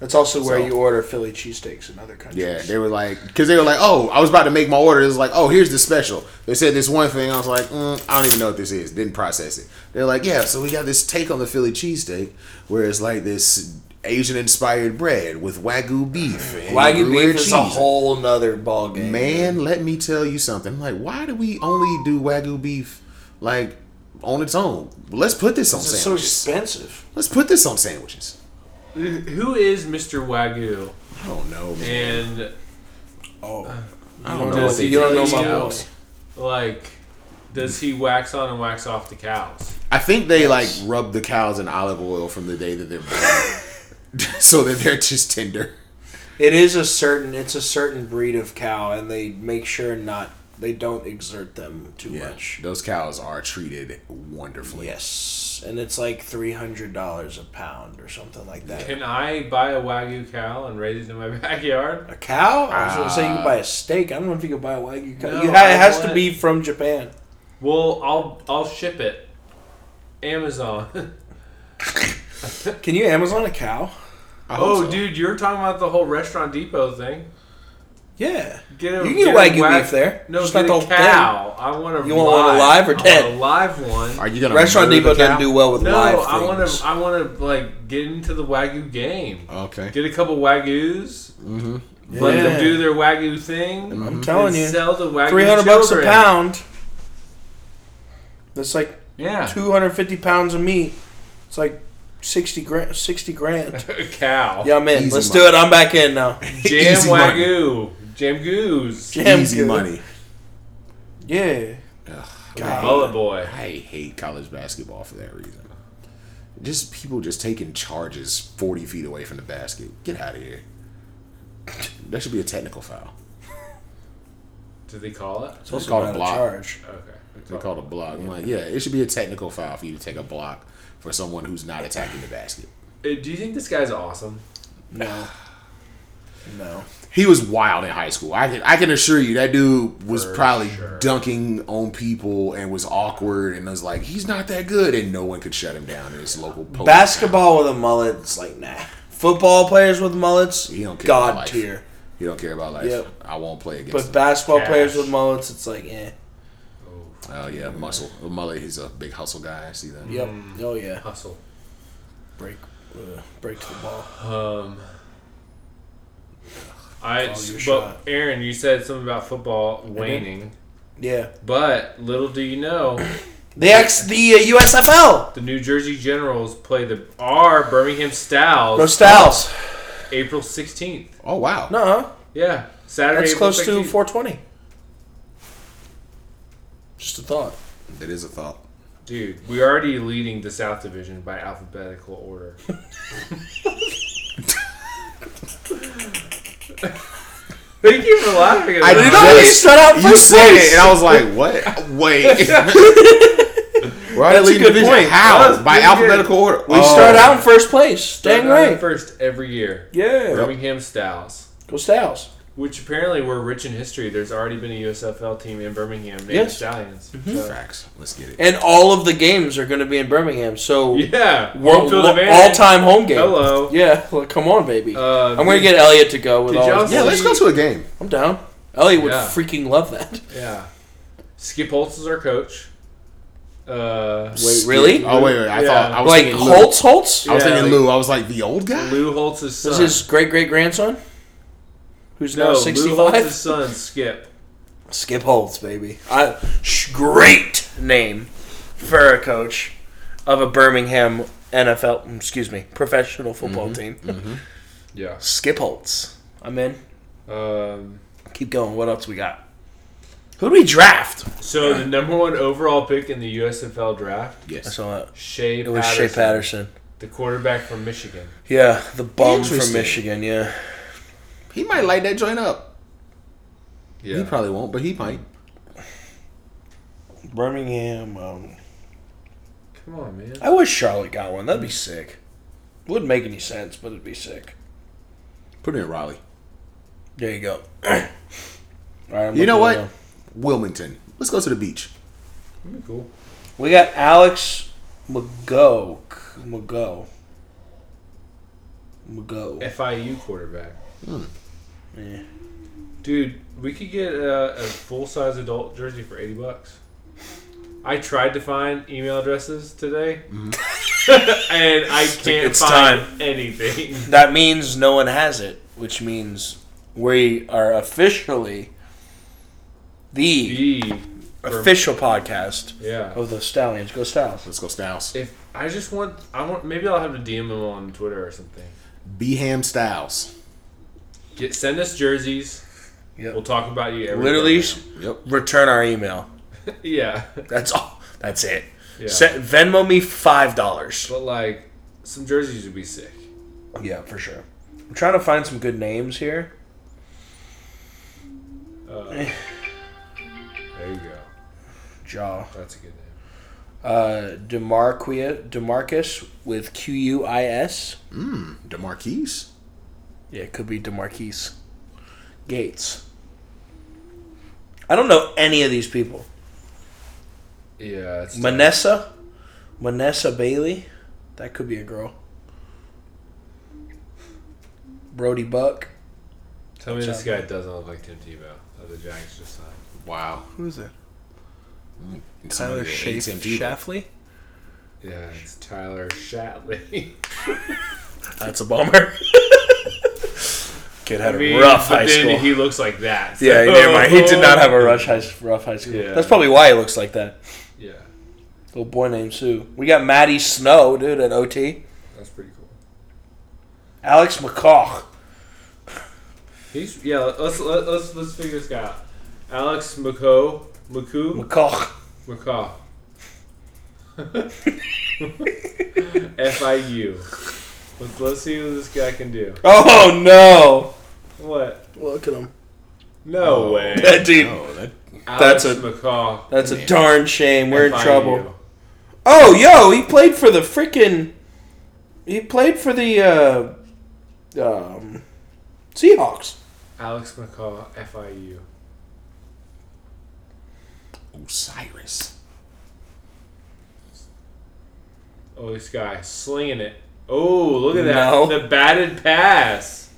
C: That's also where
B: So-
C: you order Philly cheesesteaks in other countries.
B: Yeah, they were like, because they were like, oh, I was about to make my order. It was like, oh, here's the special. They said this one thing. I was like, mm, I don't even know what this is. Didn't process it. They're like, yeah, so we got this take on the Philly cheesesteak where it's like this Asian inspired bread with wagyu beef. And
C: Wagyu
B: Gruyere
C: beef is
B: cheese.
C: a whole nother ballgame.
B: Man, let me tell you something. I'm like, why do we only do wagyu beef like on its own? Let's put this on
C: This is so
B: sandwiches.
C: expensive.
B: Let's put this on sandwiches.
A: Who is Mr. Wagyu?
B: I don't know, man.
A: And
C: Oh, I
B: don't
C: don't
B: know
C: know.
B: what they
C: You don't know
A: do.
C: my
A: Yeah.
C: boys.
A: Like, does he wax on and wax off the cows?
B: I think they like rub the cows in olive oil from the day that they're born, so that they're just tender.
C: It is a certain. It's a certain breed of cow, and they make sure not. They don't exert them too much.
B: Those cows are treated wonderfully.
C: Yes, and it's like three hundred dollars a pound or something like that.
A: Can I buy a wagyu cow and raise it in my backyard?
C: A cow? I was gonna say you can buy a steak. I don't know if you can buy a wagyu cow.
A: No,
C: you ha-
A: I
C: it has to
A: want-
C: be from Japan.
A: Well, I'll I'll ship it. Amazon.
C: Can you Amazon a cow?
B: I hope
A: oh,
B: so.
A: dude, you're talking about the whole restaurant depot thing.
C: Yeah.
A: Get
C: You
A: a,
C: can get
A: a
C: wagyu
A: wag-
C: beef there.
A: No,
C: Just
A: get
C: not the
A: a
C: whole thing.
A: cow. I want a
C: You want one alive or
A: I want
C: dead?
A: A live one.
B: Are you gonna
C: Restaurant
B: murder
C: Depot
B: the
C: doesn't
B: cow?
C: do well with
A: No,
C: live
A: I want
C: things.
A: to. I want to like get into the wagyu game.
B: Okay.
A: Get a couple wagyus.
B: Mm-hmm.
A: Let
C: Yeah.
A: them do their wagyu thing.
C: I'm
B: Mhm.
C: telling
A: and
C: you,
A: sell the wagyu
C: three hundred bucks a
A: children.
C: pound. That's like
B: Ah.
A: Yeah,
C: two hundred fifty pounds of meat. It's like sixty grand. Sixty grand.
A: a cow.
C: Yeah, I'm in.
B: Easy
C: Let's
B: money.
C: do it. I'm back in now.
A: Jam
B: Easy money.
A: wagyu. Jam goose.
C: Jam
B: Easy
C: good.
B: money.
C: Yeah.
B: Ugh,
C: God.
A: Bullet boy.
B: I hate college basketball for that reason. Just people just taking charges forty feet away from the basket. Get out of here. That should be a technical foul.
A: Do they call it?
C: It's also
B: called a
C: not a
B: block.
C: charge.
A: Okay.
B: They call it a block. I'm like, yeah, it should be a technical foul for you to take a block for someone who's not attacking the basket.
A: Uh, Do you think this guy's awesome?
C: No. No.
B: He was wild in high school. I can I can assure you that dude was
A: For
B: probably
A: sure.
B: dunking on people and was awkward and was like, he's not that good, and no one could shut him down in his local post.
C: Basketball with a mullet, it's like nah. Football players with mullets,
B: You don't care about
C: god
B: life.
C: tier.
B: He don't care about life.
C: Yep.
B: I won't play against
C: But
B: him.
C: basketball
A: Cash.
C: players with mullets, it's like eh.
B: Oh yeah, muscle. Mullet. He's a big hustle guy. I see that.
C: Yep.
B: Mm.
C: Oh yeah.
A: Hustle.
C: Break. Uh, break the ball.
A: Um. I,
C: Call your
A: but
C: shot.
A: Aaron, you said something about football waning,
C: Yeah.
A: but little do you know,
C: The X. The uh, USFL.
A: the New Jersey Generals play the R Birmingham Styles
C: No styles.
A: April 16th.
B: Oh wow.
C: No. huh?
A: Yeah, Saturday.
C: That's
A: April
C: close to
A: 16th.
C: 420. Just a thought.
B: That is a thought.
A: Dude, we're already leading the South Division by alphabetical order. Thank you for laughing at
B: I
A: that.
B: did
C: No, you
B: Yes.
C: shut up for
B: You said
C: six.
B: it, and I was like, "What? Wait." We're
C: That's a
B: already leading
C: good
B: division.
C: point.
A: That
B: How?
A: was
B: By
A: pretty
B: alphabetical order. Oh.
C: We start out in first place. Dang
A: Start on
C: right.
A: First every year.
C: Yeah.
A: Birmingham Styles.
C: Go Styles.
A: Which apparently we're rich in history. There's already been a USFL team in Birmingham named
C: Yes. Mm-hmm.
A: Stallions. So-
B: Facts. Let's get it.
C: And all of the games are going to be in Birmingham. So
A: yeah.
C: world,
A: Home field advantage.
C: all time home game.
A: Hello.
C: Yeah, well, come on, baby.
A: Uh,
C: I'm going to get Elliot to go with
A: did
C: all.
A: y'all
C: his-
B: Yeah, let's go to a game.
C: I'm down. Elliot would
A: Yeah.
C: freaking love that.
A: Yeah. Skip Holtz is our coach. Uh,
C: Wait, really?
B: Oh wait, wait. I
A: Yeah.
B: thought I was
C: Like
B: thinking Lou.
C: Holtz, Holtz.
B: I was
A: Yeah,
B: thinking
A: like-
B: Lou. I was like the old guy.
A: Lou Holtz's son.
C: This is his great great grandson, who's
A: no,
C: now
A: Lou Holtz's
C: 65.
A: son, Skip.
C: Skip Holtz, baby. I, sh- great name for a coach of a Birmingham NFL, mm, excuse me, professional football
B: Mm-hmm,
C: team.
A: Yeah.
C: Skip Holtz. I'm in.
A: Um,
C: Keep going. What else we got? Who do we draft?
A: so the number one overall pick in the USFL draft,
C: I
B: Yes.
C: saw it.
A: Shea
C: It was
A: Patterson,
C: Shea Patterson.
A: the quarterback from Michigan.
C: Yeah, the bum from
B: Interesting.
C: Michigan. Yeah,
B: He might light that joint up.
A: Yeah.
B: He probably won't, but he might.
C: Birmingham. Um,
A: Come on, man.
C: I wish Charlotte got one. That'd be sick. Wouldn't make any sense, but it'd be sick.
B: Put it in Raleigh.
C: There you go. All right, I'm
B: You know
C: looking it
B: what? Wilmington. Let's go to the beach.
A: That'd be cool.
C: up. We got Alex McGo. McGo. McGo.
A: FIU quarterback.
C: Yeah.
A: Dude, we could get a, a full size adult jersey for 80 bucks. I tried to find email addresses today, and I can't
C: Mm-hmm. it's
A: find
C: time.
A: anything.
C: That means no one has it, which means we are officially the
A: The-
C: official podcast
A: yeah.
C: of the Stallions. Go Stallions.
B: Let's go Styles.
A: If I just want, I want. Maybe I'll have to DM him on Twitter or something.
B: Beham Styles.
A: Get send us jerseys.
C: Yep.
A: We'll talk about you every
C: Literally,
A: program.
C: s-
B: Yep.
C: return our email.
A: Yeah.
C: That's all. That's it.
A: Yeah.
C: Set, Venmo me five dollars.
A: But like some jerseys would be sick.
C: Yeah, for sure. I'm trying to find some good names here.
A: Uh, there you go.
C: Jaw.
A: That's a good name.
C: Uh, Demarquia Demarcus with Q U I S.
B: Demarquise.
C: Yeah, it could be Demarquise. Gates. I don't know any of these people.
A: Yeah. It's
C: Manessa, Manessa Bailey, that could be a girl. Brody Buck.
A: Tell me this guy doesn't look like Tim Tebow that the Giants just signed.
B: Wow.
C: Who is it?
B: Somebody that hates him, too.
C: Shafley.
A: Yeah, it's Tyler Shatley.
C: That's a bummer. Kid had
A: I mean,
C: a rough
A: but
C: high
A: then
C: school.
A: he looks like that. so-
C: yeah, never mind. He did not have a rush high, rough high school.
A: Yeah.
C: That's probably why he looks like that.
A: Yeah,
C: Little boy named Sue. We got Maddie Snow, dude, at OT.
A: that's pretty cool.
C: Alex McCaw.
A: He's yeah. Let's let, let's let's figure this guy out. Alex McCo McCoo
C: McCaw.
A: McCaw. FIU. Let's let's see what this guy can do.
C: Oh no!
A: What?
C: Look at him.
A: No way.
C: That dude.
B: Oh, that
A: Alex
C: that's a-
A: McCaw.
C: That's a darn shame. We're in
A: FIU.
C: trouble. Oh, yo, he played for the freaking. He played for the uh, um, Seahawks.
A: Alex McCaw FIU.
B: Osiris.
A: Oh, this guy slinging it. Oh, look at that.
C: No.
A: The batted pass.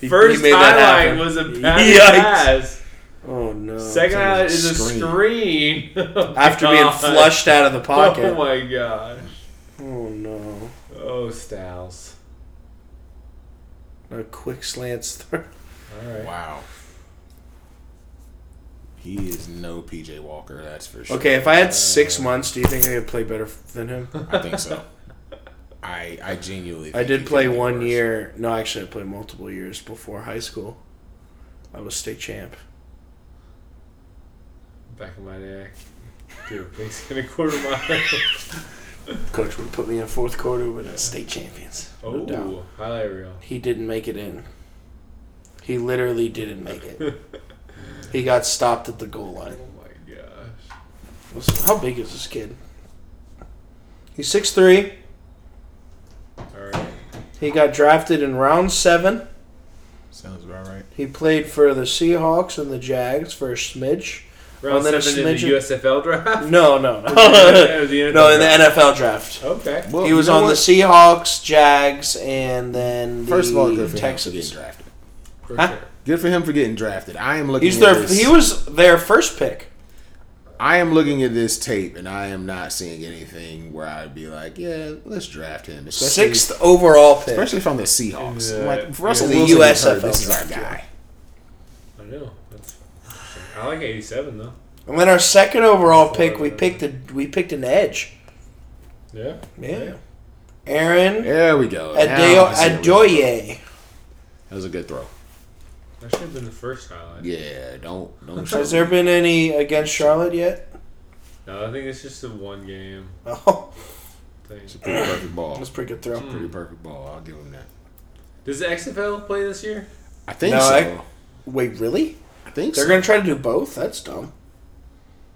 C: He-
A: First
C: he made that
A: highlight
C: happen.
A: was a batted
C: Yikes.
A: pass.
C: Oh no!
A: Second
B: That
A: highlight
B: was
A: is
B: a
A: a screen. Oh
C: After being
A: God.
C: flushed out of the
A: Oh
C: pocket.
A: my gosh.
C: Oh no!
A: Oh, Styles.
C: A quick slants through.
A: All right.
B: Wow. He is no PJ Walker, that's for sure.
C: Okay, if I had six months, do you think I could play better than him?
B: I think so. I I genuinely.
C: I
B: think
C: did
B: he
C: play
B: could be
C: one
B: worse.
C: year. No, actually, I played multiple years before high school. I was state champ.
A: Back of my neck. Dude, things in a quarter mile.
C: Coach would put me in fourth quarter with a state champions. No
A: Oh,
C: doubt.
A: highlight reel.
C: He didn't make it in. He literally didn't make it. he got stopped at the goal line.
A: Oh my gosh.
C: Listen, How big is this kid? He's 6'3.
A: All right.
C: He got drafted in round seven.
B: Sounds about right.
C: He played for the Seahawks and the Jags for a smidge.
A: Round
C: then a
A: seven in the
C: smidgen-
A: USFL draft?
C: No, no,
A: Or
C: no.
A: the NFL
C: no, in the
A: draft?
C: NFL draft.
A: Okay.
B: Well,
C: he was on the Seahawks, Jags, and then the
B: First of all, good for him for
C: Texans.
B: getting drafted.
A: For
C: Huh?
A: sure.
B: Good for him for getting drafted. I am looking.
C: He's
B: at
C: their,
B: This,
C: he was their first pick.
B: I am looking at this tape, and I am not seeing anything where I'd be like, "Yeah, let's draft him." Especially,
C: Sixth overall pick.
B: especially from the Seahawks.
A: In
B: I'm
A: the-
B: like for us,
A: in
B: the
A: the
C: USFL
B: USFL. This is our guy.
A: I know. That's interesting. I like 87, though.
C: And then our second overall pick, we picked a we picked an edge.
A: Yeah.
C: Yeah. Aaron
B: There we go. Now
C: Adeo
B: I see where we're going.
C: Adoye.
B: That was a good throw.
A: That should have been the first highlight.
B: Yeah, don't don't.
C: Has there been any against Charlotte yet?
A: No, I think it's just a one game
C: Oh,
A: thing.
B: It's a pretty perfect ball.
C: that's a pretty good throw.
B: Pretty perfect ball. I'll give him that.
A: Does the XFL play this year?
B: I think
C: No,
B: so.
C: I-
B: I,
C: Wait, really?
B: think
C: They're
B: so.
C: gonna try to do both? That's dumb.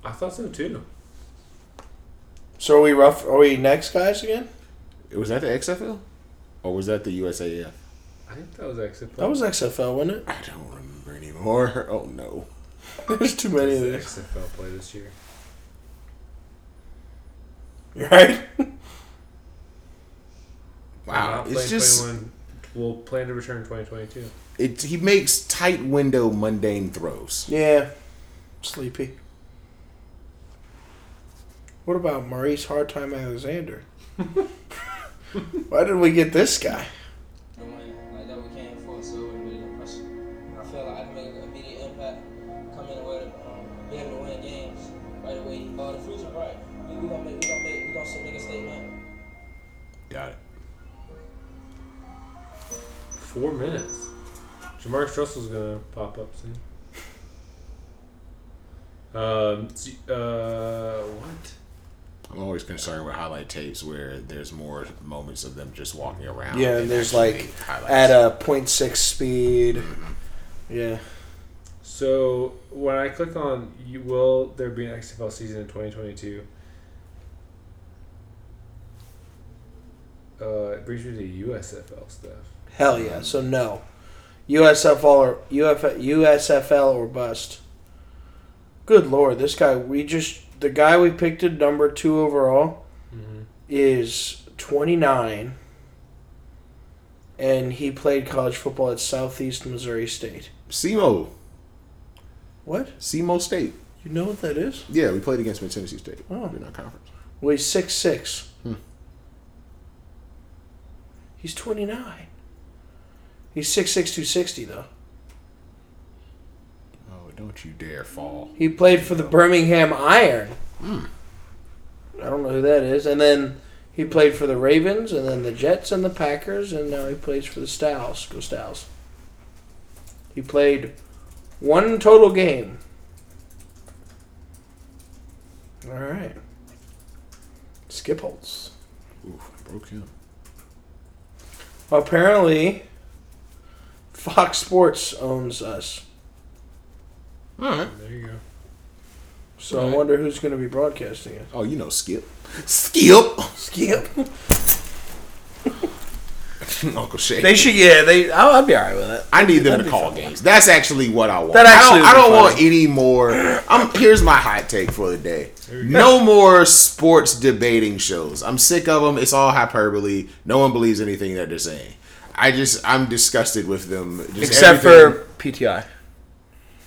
A: I thought so too.
C: So are we rough? Are we next guys again?
B: Was that the XFL? Or was that the USAF?
A: I think that was XFL.
C: That was XFL, wasn't
B: I don't remember anymore. Oh no.
C: it? There's too many
A: Does
C: of
A: the
C: these.
A: XFL play this year?
C: You're right.
B: Wow.
A: Not
B: It's
A: playing
B: just
A: 21 We'll plan to return 2022.
B: it, he makes tight window mundane throws.
C: Yeah. Sleepy. What about Maurice Hardtime Alexander? Why did we get this guy?
E: no money like that we came for, so it really didn't pressure. I feel like I can make an immediate impact, come in with um, be able to win games right away. Uh, the future bright. We, we gonna make, we gonna make, we gonna still make a statement.
B: Got it.
A: Four minutes. Jamar Russell's gonna pop up soon. Um, z- uh, what?
B: I'm always concerned with highlight tapes where there's more moments of them just walking around.
C: Yeah,
B: than
C: and there's
B: actually
C: like
B: highlights.
C: at a 0.6 speed. Yeah.
A: So when I click on, you, will there be an XFL season in 2022? Uh, it brings me to USFL stuff.
C: Hell yeah. So no. USFL or Uf USFL or bust. Good lord, this guy we just the guy we picked at number 2 overall
A: Mm-hmm.
C: is 29 and he played college football at Southeast Missouri State.
B: SEMO,
C: What?
B: SEMO State.
C: You know what that is?
B: Yeah, we played against Mid Tennessee State
C: Oh.
B: in our conference.
C: Well, he's six six.
B: Hmm.
C: He's twenty nine. He's six six two sixty though.
B: Oh, don't you dare fall!
C: He played for the Birmingham Iron. I don't know who that is. And then he played for the Ravens, and then the Jets, and the Packers, and now he plays for the Styles. Go Styles. He played one total game. All right. Skip Holtz.
B: Ooh, broke him.
C: Apparently, Fox Sports owns us.
B: All right.
A: There you go.
C: So I
B: Right.
C: wonder who's going to be broadcasting it.
B: Oh, you know Skip. Skip.
C: Skip.
B: Uncle Shay.
C: They should. Yeah, they. I'll, I'll be all right with it.
B: I need them
C: That'd
B: to
C: be
B: call
C: fun.
B: games. That's actually what I want.
C: That actually
B: I don't, I don't
C: would be fun.
B: want any more. I'm, here's my hot take for the day. No more sports debating shows. I'm sick of them. It's all hyperbole. No one believes anything that they're saying. I just I'm disgusted with them. Just
C: Except
B: everything-
C: for PTI.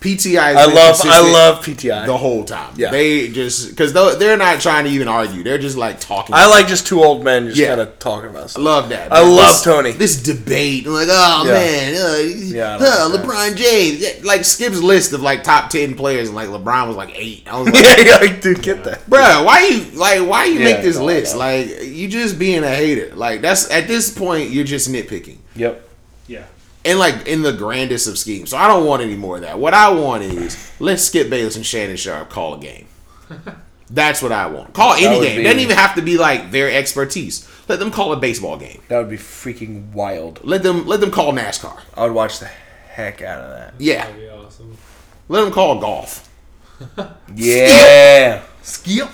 B: PTI. has
C: I
B: been
C: love. I
B: consistent
C: love PTI.
B: the whole time.
C: Yeah.
B: They just because they're not trying to even argue. They're just like talking.
C: I like just two old men just
B: Yeah.
C: kind of talking about
B: I
C: stuff.
B: love that.
C: I
B: Like,
C: love
B: this-
C: Tony.
B: This debate, I'm like, oh
C: Yeah.
B: man, uh,
C: Yeah, I like
B: huh,
C: that.
B: LeBron James, Yeah, like Skip's list of like top ten players, and like LeBron was like eight. I was like,
C: yeah, I do get that.
B: bruh, why you like why you
C: Yeah,
B: make this
C: no, I
B: list?
C: know.
B: Like you just being a hater. Like that's at this point you're just nitpicking.
C: Yep.
A: Yeah.
B: And like in the grandest of schemes, so I don't want any more of that. What I want is let's Skip Bayless and Shannon Sharp call a game. That's what I want. Call any
C: would
B: game.
C: be-
B: Doesn't even have to be like their expertise. Let them call a baseball game.
C: That would be freaking wild.
B: Let them let them call NASCAR.
C: I would watch the heck out of that.
B: Yeah,
A: That'd be awesome.
B: let them call golf.
C: Yeah.
B: Skip.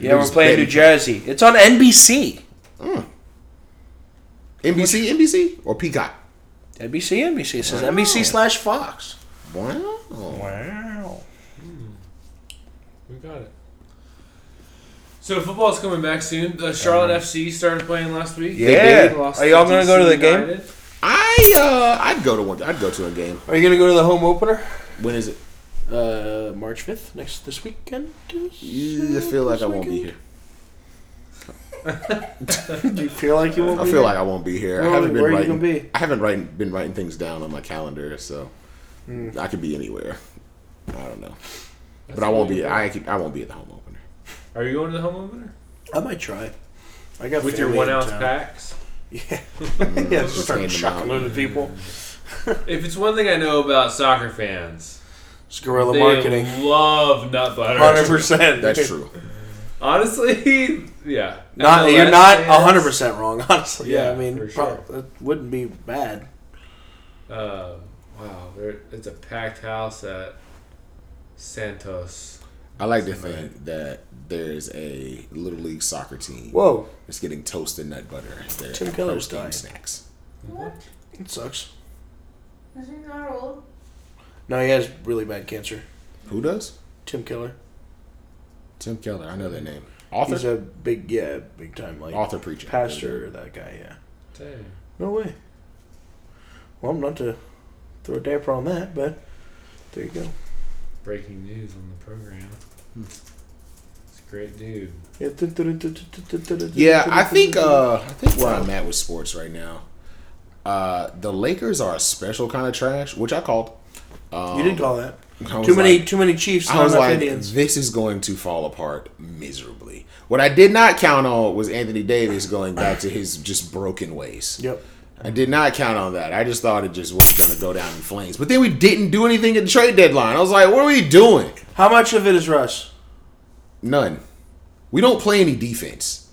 C: Yeah, we're playing New Jersey. It's on NBC.
B: NBC, NBC, or Peacock.
C: NBC, NBC. It says NBC slash Fox.
B: Wow.
C: Wow.
A: We got it. So football's coming back soon. Uh, Charlotte FC started playing last week.
C: Uh-huh. Yeah.
A: They lost
C: Are y'all gonna go to the
A: DC
C: game?
A: United.
B: I uh, I'd go to one. I'd go to a game.
C: Are you gonna go to the home opener?
B: When is it?
C: Uh, March fifth, next this weekend.
B: I feel like I won't be here.
C: Do you feel like you won't?
B: I
C: be
B: feel
C: there?
B: like I won't be here. I
C: Where are
B: haven't
C: you-
B: been
C: where are you
B: writing.
C: gonna be?
B: I haven't writing, been writing things down on my calendar, so
C: Hmm.
B: I could be anywhere. I don't know, but I won't be. I keep, I won't be at the home opener.
A: Are you going to the home opener
C: I might try. I got
A: with your
C: family in
A: one ounce
C: town.
A: packs?
C: Yeah, yeah. Just start
B: Hand them
C: chucking
B: out.
C: them to people.
A: If it's one thing I know about soccer fans,
C: It's guerrilla
A: they
C: marketing.
A: love nut butter.
C: Hundred percent.
B: That's true.
A: Honestly, yeah.
C: Not
A: MLS
C: you're not
A: fans,
C: hundred percent wrong. Honestly, yeah.
A: Yeah,
C: I mean,
A: for sure.
C: prob- that wouldn't be bad.
A: Uh, wow, there, it's a packed house at Santos.
B: I like to think that there's a little league soccer team.
C: Whoa,
B: It's getting toast and nut butter as their
C: Tim Keller's
B: post-game
C: dying.
B: snacks.
D: What?
C: it sucks.
D: Is he not old?
C: No, he has really bad cancer.
B: Who does?
C: Tim Keller.
B: Tim Keller. I know that name. Author.
C: He's a big, yeah, big time like
B: author preacher.
C: pastor. That guy, yeah.
A: Dang.
C: No way. Well, not to throw a damper on that, but there you go.
A: Breaking news on the program.
C: Hmm.
A: It's a great dude.
B: Yeah, I think uh, I think where I'm at with sports right now, uh, the Lakers are a special kind of trash, which I called. Um,
C: you did call that
B: I was
C: uh, too many,
B: like-
C: too many Chiefs,
B: I
C: not
B: was
C: enough
B: like,
C: Indians.
B: this is going to fall apart miserably. What I did not count on was Anthony Davis going back to his just broken ways.
C: Yep.
B: I did not count on that. I just thought it just was going to go down in flames. But then we didn't do anything at the trade deadline. I was like, what are we doing?
C: How much of it is Russ?
B: None. We don't play any defense.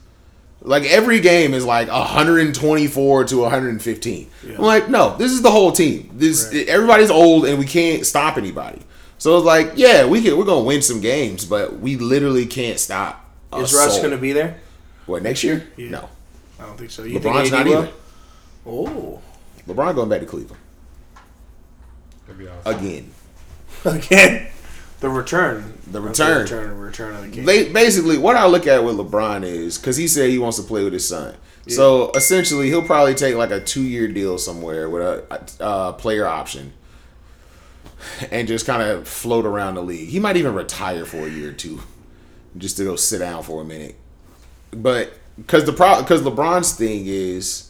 B: Like every game is like 124 to 115. I'm like, no, this is the whole team. This everybody's old and we can't stop anybody. So it's like, yeah, we can. We're gonna win some games, but we literally can't stop. a
C: Is Russ
B: soul.
C: going to be there?
B: what next year?
C: Yeah.
B: No,
C: I don't think so. You
B: LeBron's
C: think
B: not
C: AD will?
B: either.
C: Oh,
B: LeBron going back to Cleveland
A: That'd be awesome.
B: again.
C: again, the return,
B: The return.
C: return, return of the king.
B: They basically what I look at with LeBron is because he said he wants to play with his son. So essentially, he'll probably take like a two-year deal somewhere with a, a uh, player option, and just kind of float around the league. He might even retire for a year or two, just to go sit down for a minute. But because the problem, because LeBron's thing is,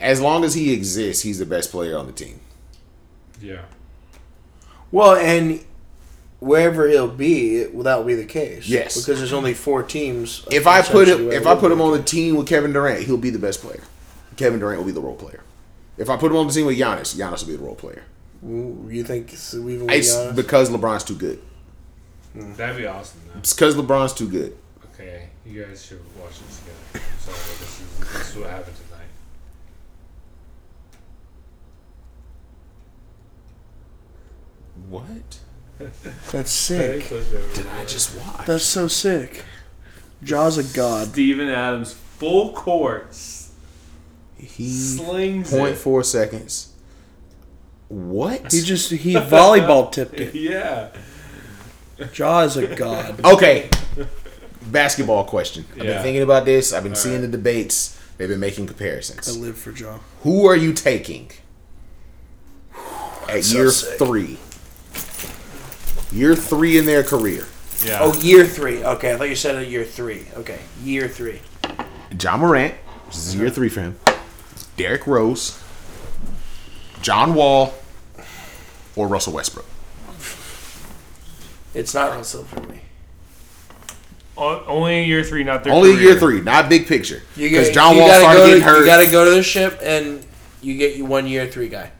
B: as long as he exists, he's the best player on the team.
A: Yeah.
C: Well, and wherever he'll be, it, well, that will be the case.
B: Yes.
C: because there's only four teams.
B: If I put
C: essentially,
B: him,
C: where
B: if I
C: will
B: put him
C: be.
B: on the team with Kevin Durant, he'll be the best player. Kevin Durant will be the role player. If I put him on the team with Giannis, Giannis will be the role player.
C: Ooh, you think it's even with
B: It's
C: Giannis?
B: because LeBron's too good.
A: That'd be awesome, though.
B: It's because LeBron's too good.
A: Okay, you guys should watch this together. I'm sorry, but this is, this is what happened tonight.
B: What?
C: That's
A: Hey,
C: sick.
A: close it over.
B: I just watched.
C: That's so sick. Jaws a god.
A: Steven Adams, full court, s-
B: He
A: slings
B: point
A: it.
B: four seconds. What?
C: He just he volleyball tipped it.
A: Yeah.
C: Jaws a god.
B: okay. Basketball question. I've been
A: Yeah.
B: thinking about this. I've been
A: All
B: seeing
A: right.
B: the debates. They've been making
C: I
B: comparisons.
C: live for Jaw.
B: Who are you taking at
C: so
B: year
C: sick.
B: three? Year three in their career.
A: Yeah.
C: Oh, year three. Okay, I thought you said a year three. Okay, year three.
B: John Morant. This is year three for him. Derrick Rose. John Wall. Or Russell Westbrook.
C: It's not Russell for me.
F: O- Only in year three, not their
B: Only
F: career.
B: year three, not big picture.
C: You
B: Because
C: get-
B: John
C: you
B: Wall
C: gotta
B: started
C: go
B: getting
C: to,
B: hurt.
C: You got to go to the ship, and you get you one year three guy.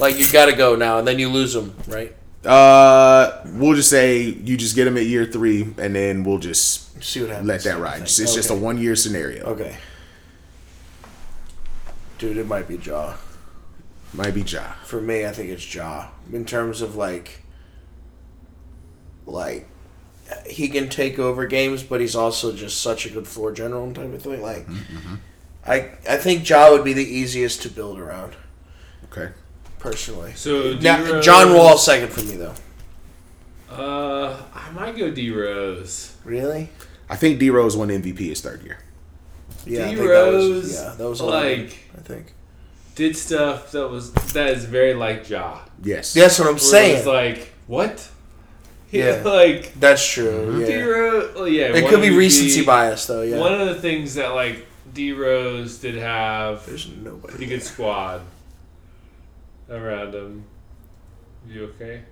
C: Like you got to go now, and then you lose him, right?
B: uh, we'll just say you just get him at year three, and then we'll just
C: See what happens.
B: let that ride. It's, it's just a
C: Okay.
B: one year scenario.
C: Okay. Dude, it might be Jaw.
B: Might be Ja.
C: For me, I think it's Jaw. In terms of like, like, he can take over games, but he's also just such a good floor general and type of thing. Like,
B: Mm-hmm.
C: I I think Jaw would be the easiest to build around,
B: Okay.
C: personally.
A: So D
C: Now,
A: Rose,
C: John Wall second for me though.
A: Uh, I might go D Rose.
C: Really?
B: I think D Rose won MVP his third year.
C: Yeah,
A: D
C: I think that was-
A: Rose,
C: yeah, that was all I did,
A: like
C: I think.
A: did stuff that was that is very like Ja. Where
B: Yes.
C: That's what
A: it
C: I'm
A: was
C: saying.
A: like what? He
C: Yeah.
A: was like
C: That's true.
A: D
C: Yeah.
A: Rose. well, yeah,
C: It
A: one
C: could be
A: MVP.
C: recency bias though. Yeah.
A: One of the things that like D Rose did have
C: There's
A: pretty
C: nobody.
A: good squad around him. You okay?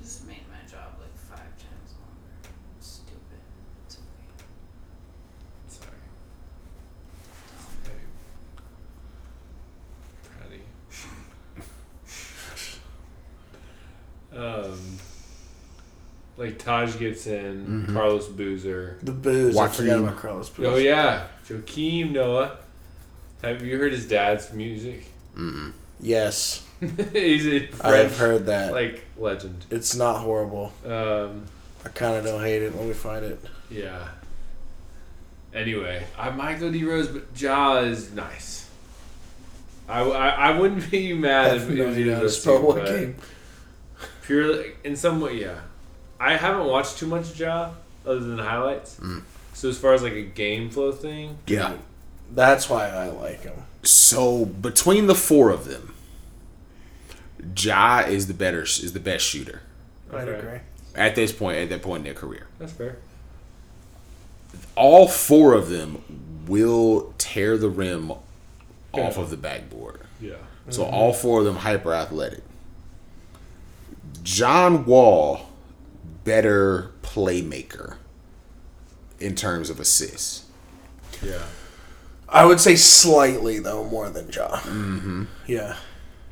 D: Just made my job like five times longer. Stupid. It's okay.
A: Sorry. Patty. um, like Taj Gibson,
C: Mm-hmm.
A: Carlos Boozer.
C: The booze. I forgot
B: Joaquin.
C: about Carlos Booze.
A: Oh yeah, Joakim Noah. Have you heard his dad's music?
C: Yes,
A: He's a French
C: I've heard that.
A: like legend.
C: it's not horrible.
A: Um,
C: I kind of don't hate it. Let me find it.
A: yeah. Anyway, I might go D Rose, but Ja is nice. I, I, I wouldn't be mad if
C: F-
A: it
C: no,
A: was
C: you
A: either
C: know,
A: of those
C: spell
A: two,
C: what
A: but-
C: game.
A: purely in some way, yeah. I haven't watched too much Ja other than the highlights.
C: Mm.
A: So as far as like a game flow thing,
B: Yeah.
C: That's why I like him.
B: So between the four of them, Ja is the better is the best shooter
C: I'd
A: Okay.
C: agree.
B: at this point at that point in their career.
A: that's fair.
B: all four of them will tear the rim off of the backboard.
A: Yeah.
B: So all four of them hyper athletic. John Wall, better playmaker in terms of assists.
A: Yeah.
C: I would say slightly though more than Ja. Mm-hmm. Yeah.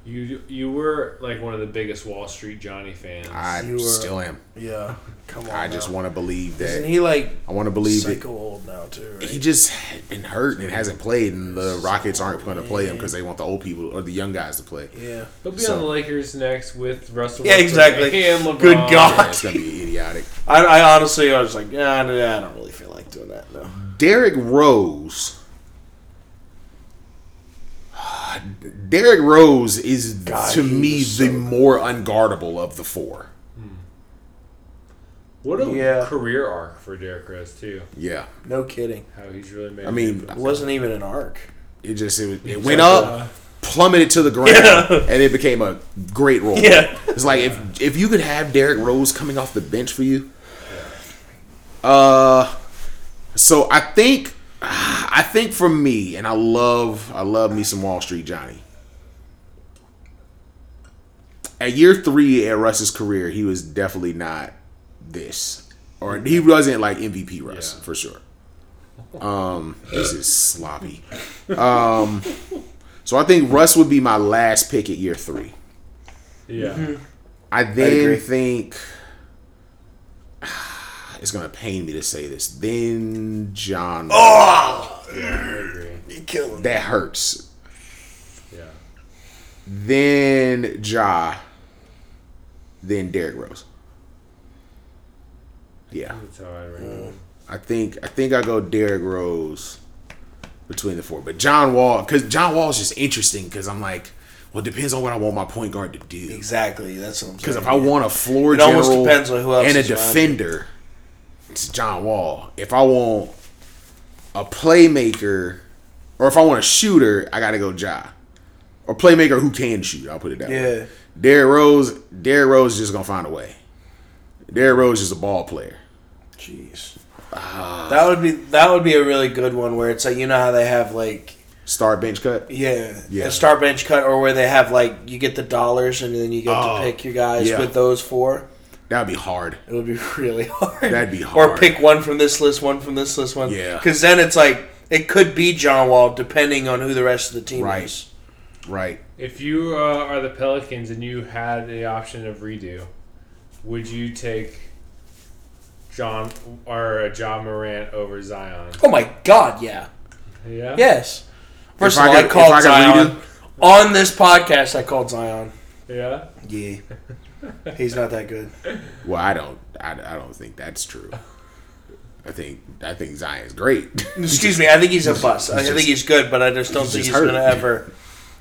A: You you were like one of the biggest Wall Street Johnny fans.
B: I
C: You are-
B: still am.
C: Yeah. Come on.
B: I just
C: now.
B: want to believe
C: Isn't
B: that.
C: he like
B: I want to believe that
C: psycho old now too? Right?
B: he just been hurt and hasn't played, and the Rockets aren't going to play him because they want the old people or the young guys to play.
C: yeah.
A: He'll be
B: So-
A: on the Lakers next with Russell.
C: Yeah,
A: Westbrook
C: exactly.
A: And LeBron.
C: Good God.
B: Yeah, it's going to be idiotic.
C: I, I honestly I was like yeah I don't, I don't really feel like doing that no.
B: Derrick Rose. Derrick Rose is
C: God,
B: to
C: he
B: me
C: was
B: the
C: so-
B: more unguardable of the four.
A: What a
C: Yeah.
A: career arc for Derrick Rose too.
B: Yeah,
C: No kidding.
A: How he's really made.
B: I mean,
C: It wasn't even an arc.
B: it just it, was- it went
C: uh,
B: up, plummeted to the ground, and it became a great role.
C: Yeah.
B: it's like if if you could have Derrick Rose coming off the bench for you. Uh, so I think I think for me, and I love I love me some Wall Street Johnny. At year three in Russ's career, he was definitely not this, or he wasn't like MVP Russ
A: Yeah.
B: for sure. Um, this is sloppy. Um, so I think Russ would be my last pick at year three.
A: yeah.
B: I
C: agree.
B: then think it's gonna pain me to say this. Then John,
C: Oh!
A: I agree.
C: You killed
B: that hurts.
A: Yeah.
B: Then Ja, then Derrick Rose. Yeah,
A: That's how I rank him.
B: I think I think I go Derrick Rose between the four, but John Wall because John Wall's just interesting because I'm like, well, it depends on what I want my point guard to do.
C: Exactly. That's what I'm saying.
B: Because if I want a floor
C: It
B: general
C: almost depends on who else
B: and a
C: is around.
B: defender, it's John Wall. If I want a playmaker or if I want a shooter, I got to go Ja. Or playmaker who can shoot. I'll put it that way.
C: Yeah.
B: Derrick Rose, Derrick Rose is just going to find a way. Derrick Rose is a ball player.
C: Jeez.
B: Ah.
C: that would be that would be a really good one where it's like you know how they have like
B: Star bench cut.
C: yeah,
B: Yeah.
C: a star bench cut or where they have like you get the dollars and then you get
B: Oh,
C: to pick your guys
B: yeah.
C: with those four.
B: That'd be hard.
C: It would be really hard.
B: That'd be
C: Or
B: hard.
C: pick one from this list, one from this list, one.
B: Yeah.
C: Because then it's like it could be John Wall depending on who the rest of the team
B: Right.
C: is.
B: Right.
A: If you uh, are the Pelicans and you had the option of redo, would you take John or uh, John Morant over Zion?
C: Oh my God! Yeah.
A: Yeah.
C: Yes. First
B: If
C: of
B: I
C: all,
B: could-
C: I called
B: if I could
C: Zion on this podcast. I called Zion.
A: Yeah.
C: Yeah. He's not that good.
B: Well, I don't. I, I don't think that's true. I think I think Zion's great.
C: Excuse me. I think he's a bust. I
B: he's
C: think
B: just-
C: he's good, but I just don't
B: he's
C: think
B: just
C: he's gonna
B: hurt.
C: ever.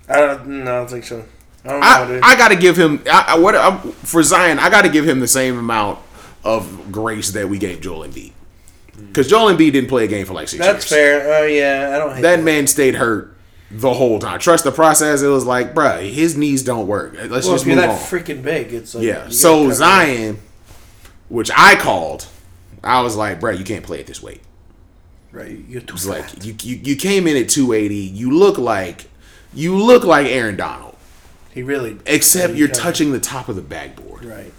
C: I don't. No, I don't think so. I don't know,
B: I,
C: dude.
B: I gotta give him I, I, what i for Zion. I gotta give him the same amount of grace that we gave Joel Embiid because Joel Embiid didn't play a game for like six
C: That's
B: years.
C: fair. Oh yeah, I don't hate
B: That
C: that.
B: man stayed hurt the whole time. Trust the process. It was like, bruh, his knees don't work. Let's
C: Well,
B: just
C: if you're
B: move
C: that
B: on.
C: freaking big, it's like you
B: yeah.
C: gotta
B: So
C: cover it.
B: Zion, which I called, I was like, bruh, you can't play at this weight.
C: right? You're too
B: It's
C: fat.
B: like you, you you came in at 280. You look like you look like Aaron Donald,
C: He really
B: except
C: really
B: you're
C: does.
B: touching the top of the backboard.
C: right.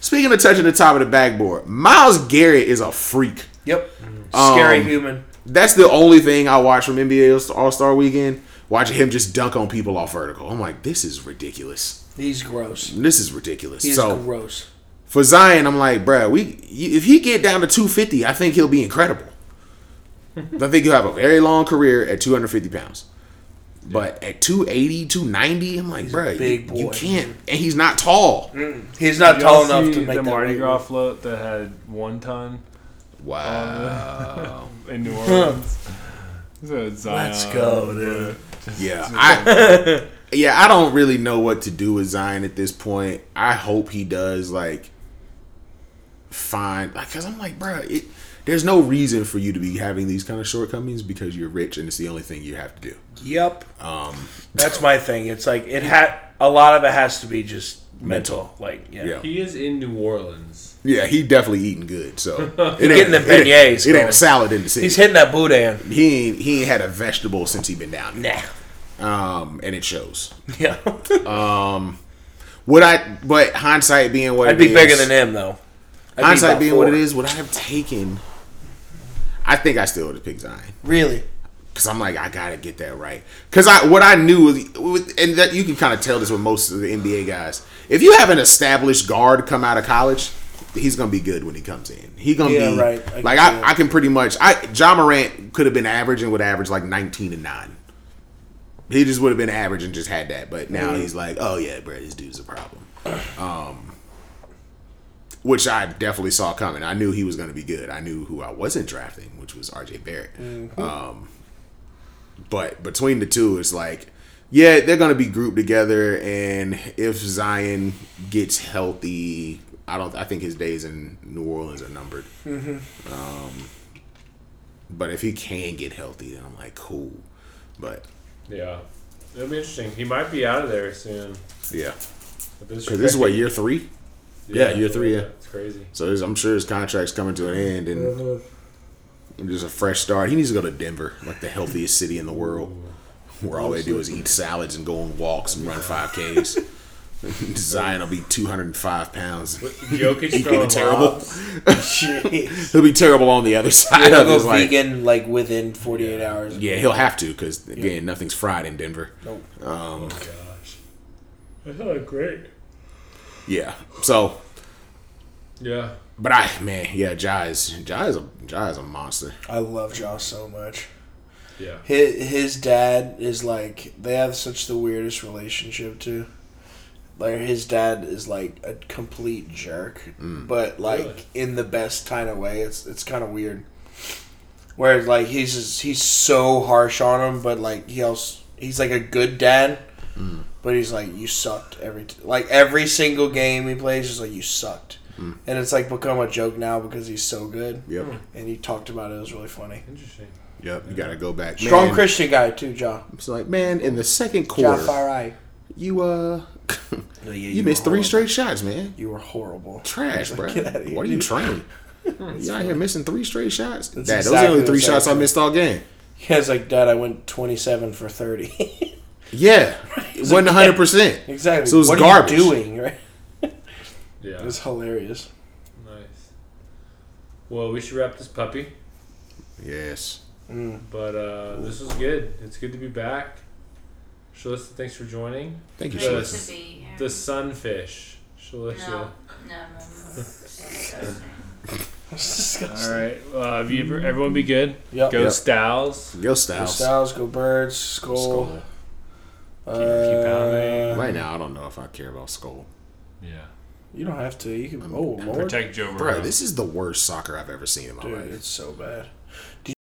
B: Speaking of touching the top of the backboard, Miles Garrett is a freak.
C: Yep, scary
B: Um,
C: human.
B: That's the only thing I watched from NBA All Star Weekend. Watching him just dunk on people off vertical. I'm like, this is ridiculous.
C: He's gross.
B: This is ridiculous.
C: He's
B: so
C: gross.
B: for Zion, I'm like, bruh, we you- if he get down to 250, I think he'll be incredible. I think he'll have a very long career at 250 pounds. But at 280, 290, I'm like, bruh,
C: big
B: you, you
C: boy. Mm.
B: can't. And he's not tall.
C: He's not
F: Did
C: tall
F: y'all
C: enough
F: see
C: to make
F: the
C: that
F: Mardi
C: weight.
F: Gras float that had one ton
A: uh,
B: Wow.
F: in New Orleans. so it's Zion,
C: Let's go, dude.
B: Yeah, I yeah, I don't really know what to do with Zion at this point. I hope he does like find because I'm like, bruh, it, there's no reason for you to be having these kind of shortcomings because you're rich and it's the only thing you have to do.
C: Yep,
B: Um,
C: that's my thing. It's like it had a lot of it has to be just mental.
B: Mental.
C: Like yeah,
B: yeah,
A: He is in New Orleans.
B: yeah, he definitely eating good. So it
C: getting them
B: it ain't-
C: beignets
B: It, ain't
C: going.
B: a salad in the city.
C: he's hitting that boudin.
B: he ain't he ain't had a vegetable since he been down there.
C: Nah.
B: Um, and it shows.
C: Yeah,
B: Would I? But hindsight being what
C: I'd
B: it
C: be
B: is-
C: bigger than him though. I'd be
B: Hindsight
C: about
B: being what it
C: four.
B: is, would I have taken? I think I still would have picked Zion.
C: Really,
B: Cause I'm like, I gotta get that right. Cause I what I knew, was- with- and that you can kind of tell this with most of the NBA guys. If you have an established guard come out of college, he's gonna be good when he comes in. He gonna
C: Yeah,
B: be
C: right. I
B: like
C: can
B: I,
C: see that.
B: I can pretty much. I John Morant could have been average and would average like 19 and nine. He just would have been average and just had that. But now
C: Mm-hmm.
B: he's like, oh yeah, bro, this dude's a problem. Um, which I definitely saw coming. I knew he was gonna be good. I knew who I wasn't drafting, which was R.J. Barrett. Um, but between the two, it's like, yeah, they're gonna be grouped together, and if Zion gets healthy, I don't. I think his days in New Orleans are numbered. Um, but if he can get healthy, then I'm like, cool. But
A: Yeah. It'll be interesting. He might be out of there soon.
B: yeah,
A: But this,
B: because this is what year three, yeah, year three, yeah.
A: It's crazy.
B: so there's- I'm sure his contract's coming to an end, and there's a fresh start. He needs to go to Denver, like the healthiest city in the world, where all they do is eat salads and go on walks and run five Ks. Zion will be 205 pounds.
A: Jokic
B: He's
A: throwing
B: gonna be terrible.
F: Oh
A: lobs.
C: Jeez.
B: He'll be terrible on the other
C: He'll
B: side of
C: go
B: his like.
C: vegan like within 48 hours.
B: Yeah, he'll have to because again, nothing's fried in Denver.
C: Nope.
B: Um,
A: Gosh. That's not great.
B: yeah. So,
A: Yeah.
B: but I man, yeah, Jai is Jai is a Jai is a monster.
C: I love Josh so much.
A: Yeah.
C: His, his dad is like they have such the weirdest relationship too. Like his dad is like a complete jerk, but like
A: Really?
C: in the best kind of way. It's it's kind of weird. Where like he's just, he's so harsh on him, but like he also he's like a good dad, but he's like you sucked every t-. like every single game he plays is like you sucked, and it's like become a joke now because he's so good.
B: Yep.
C: And he talked about it. It was really funny.
A: Interesting.
B: Yep. You gotta go back.
C: Strong
B: man,
C: Christian guy too, John.
B: It's like man, in the second quarter, you uh,
F: Oh,
B: you, missed three straight shots, man.
C: You were horrible.
B: Trash, bro.
C: Get outta here,
B: What are you
C: dude.
B: trying? You out here missing three straight shots? Dad,
C: That's
B: those are the
C: exactly
B: only three
C: what's
B: shots I
C: happening.
B: missed all game.
C: He was like, Dad, I went 27 for 30.
B: Yeah, it wasn't hundred percent.
C: exactly.
B: So it was
C: what
B: garbage.
C: are you doing? Right?
A: Yeah.
C: It was hilarious.
A: Nice. Well, we should wrap this puppy.
B: Yes.
C: Mm.
A: But uh, this was good. It's good to be back. Shalissa, thanks for joining.
B: Thank you,
A: Yeah.
B: Shalissa.
A: Yes.
D: Nice to be here.
A: The sunfish. Shalissa.
D: no, no, no, no. Disgusting.
C: It's disgusting.
F: All right. Uh, be- everyone be good.
C: Yep.
F: Go
B: Yeah.
F: Styles.
B: Go
C: Go
B: Styles.
C: Styles, go Birds, Skull.
B: Skull.
C: Uh,
F: Keep- keep pounding.
B: Right now, I don't know if I care about Skull.
F: Yeah.
C: You don't have to. You can.
B: I'm-
C: Oh, Lord.
F: Protect Joe Burrow.
B: Bro, this is the worst soccer I've ever seen in my
C: Dude,
B: life.
C: it's so bad.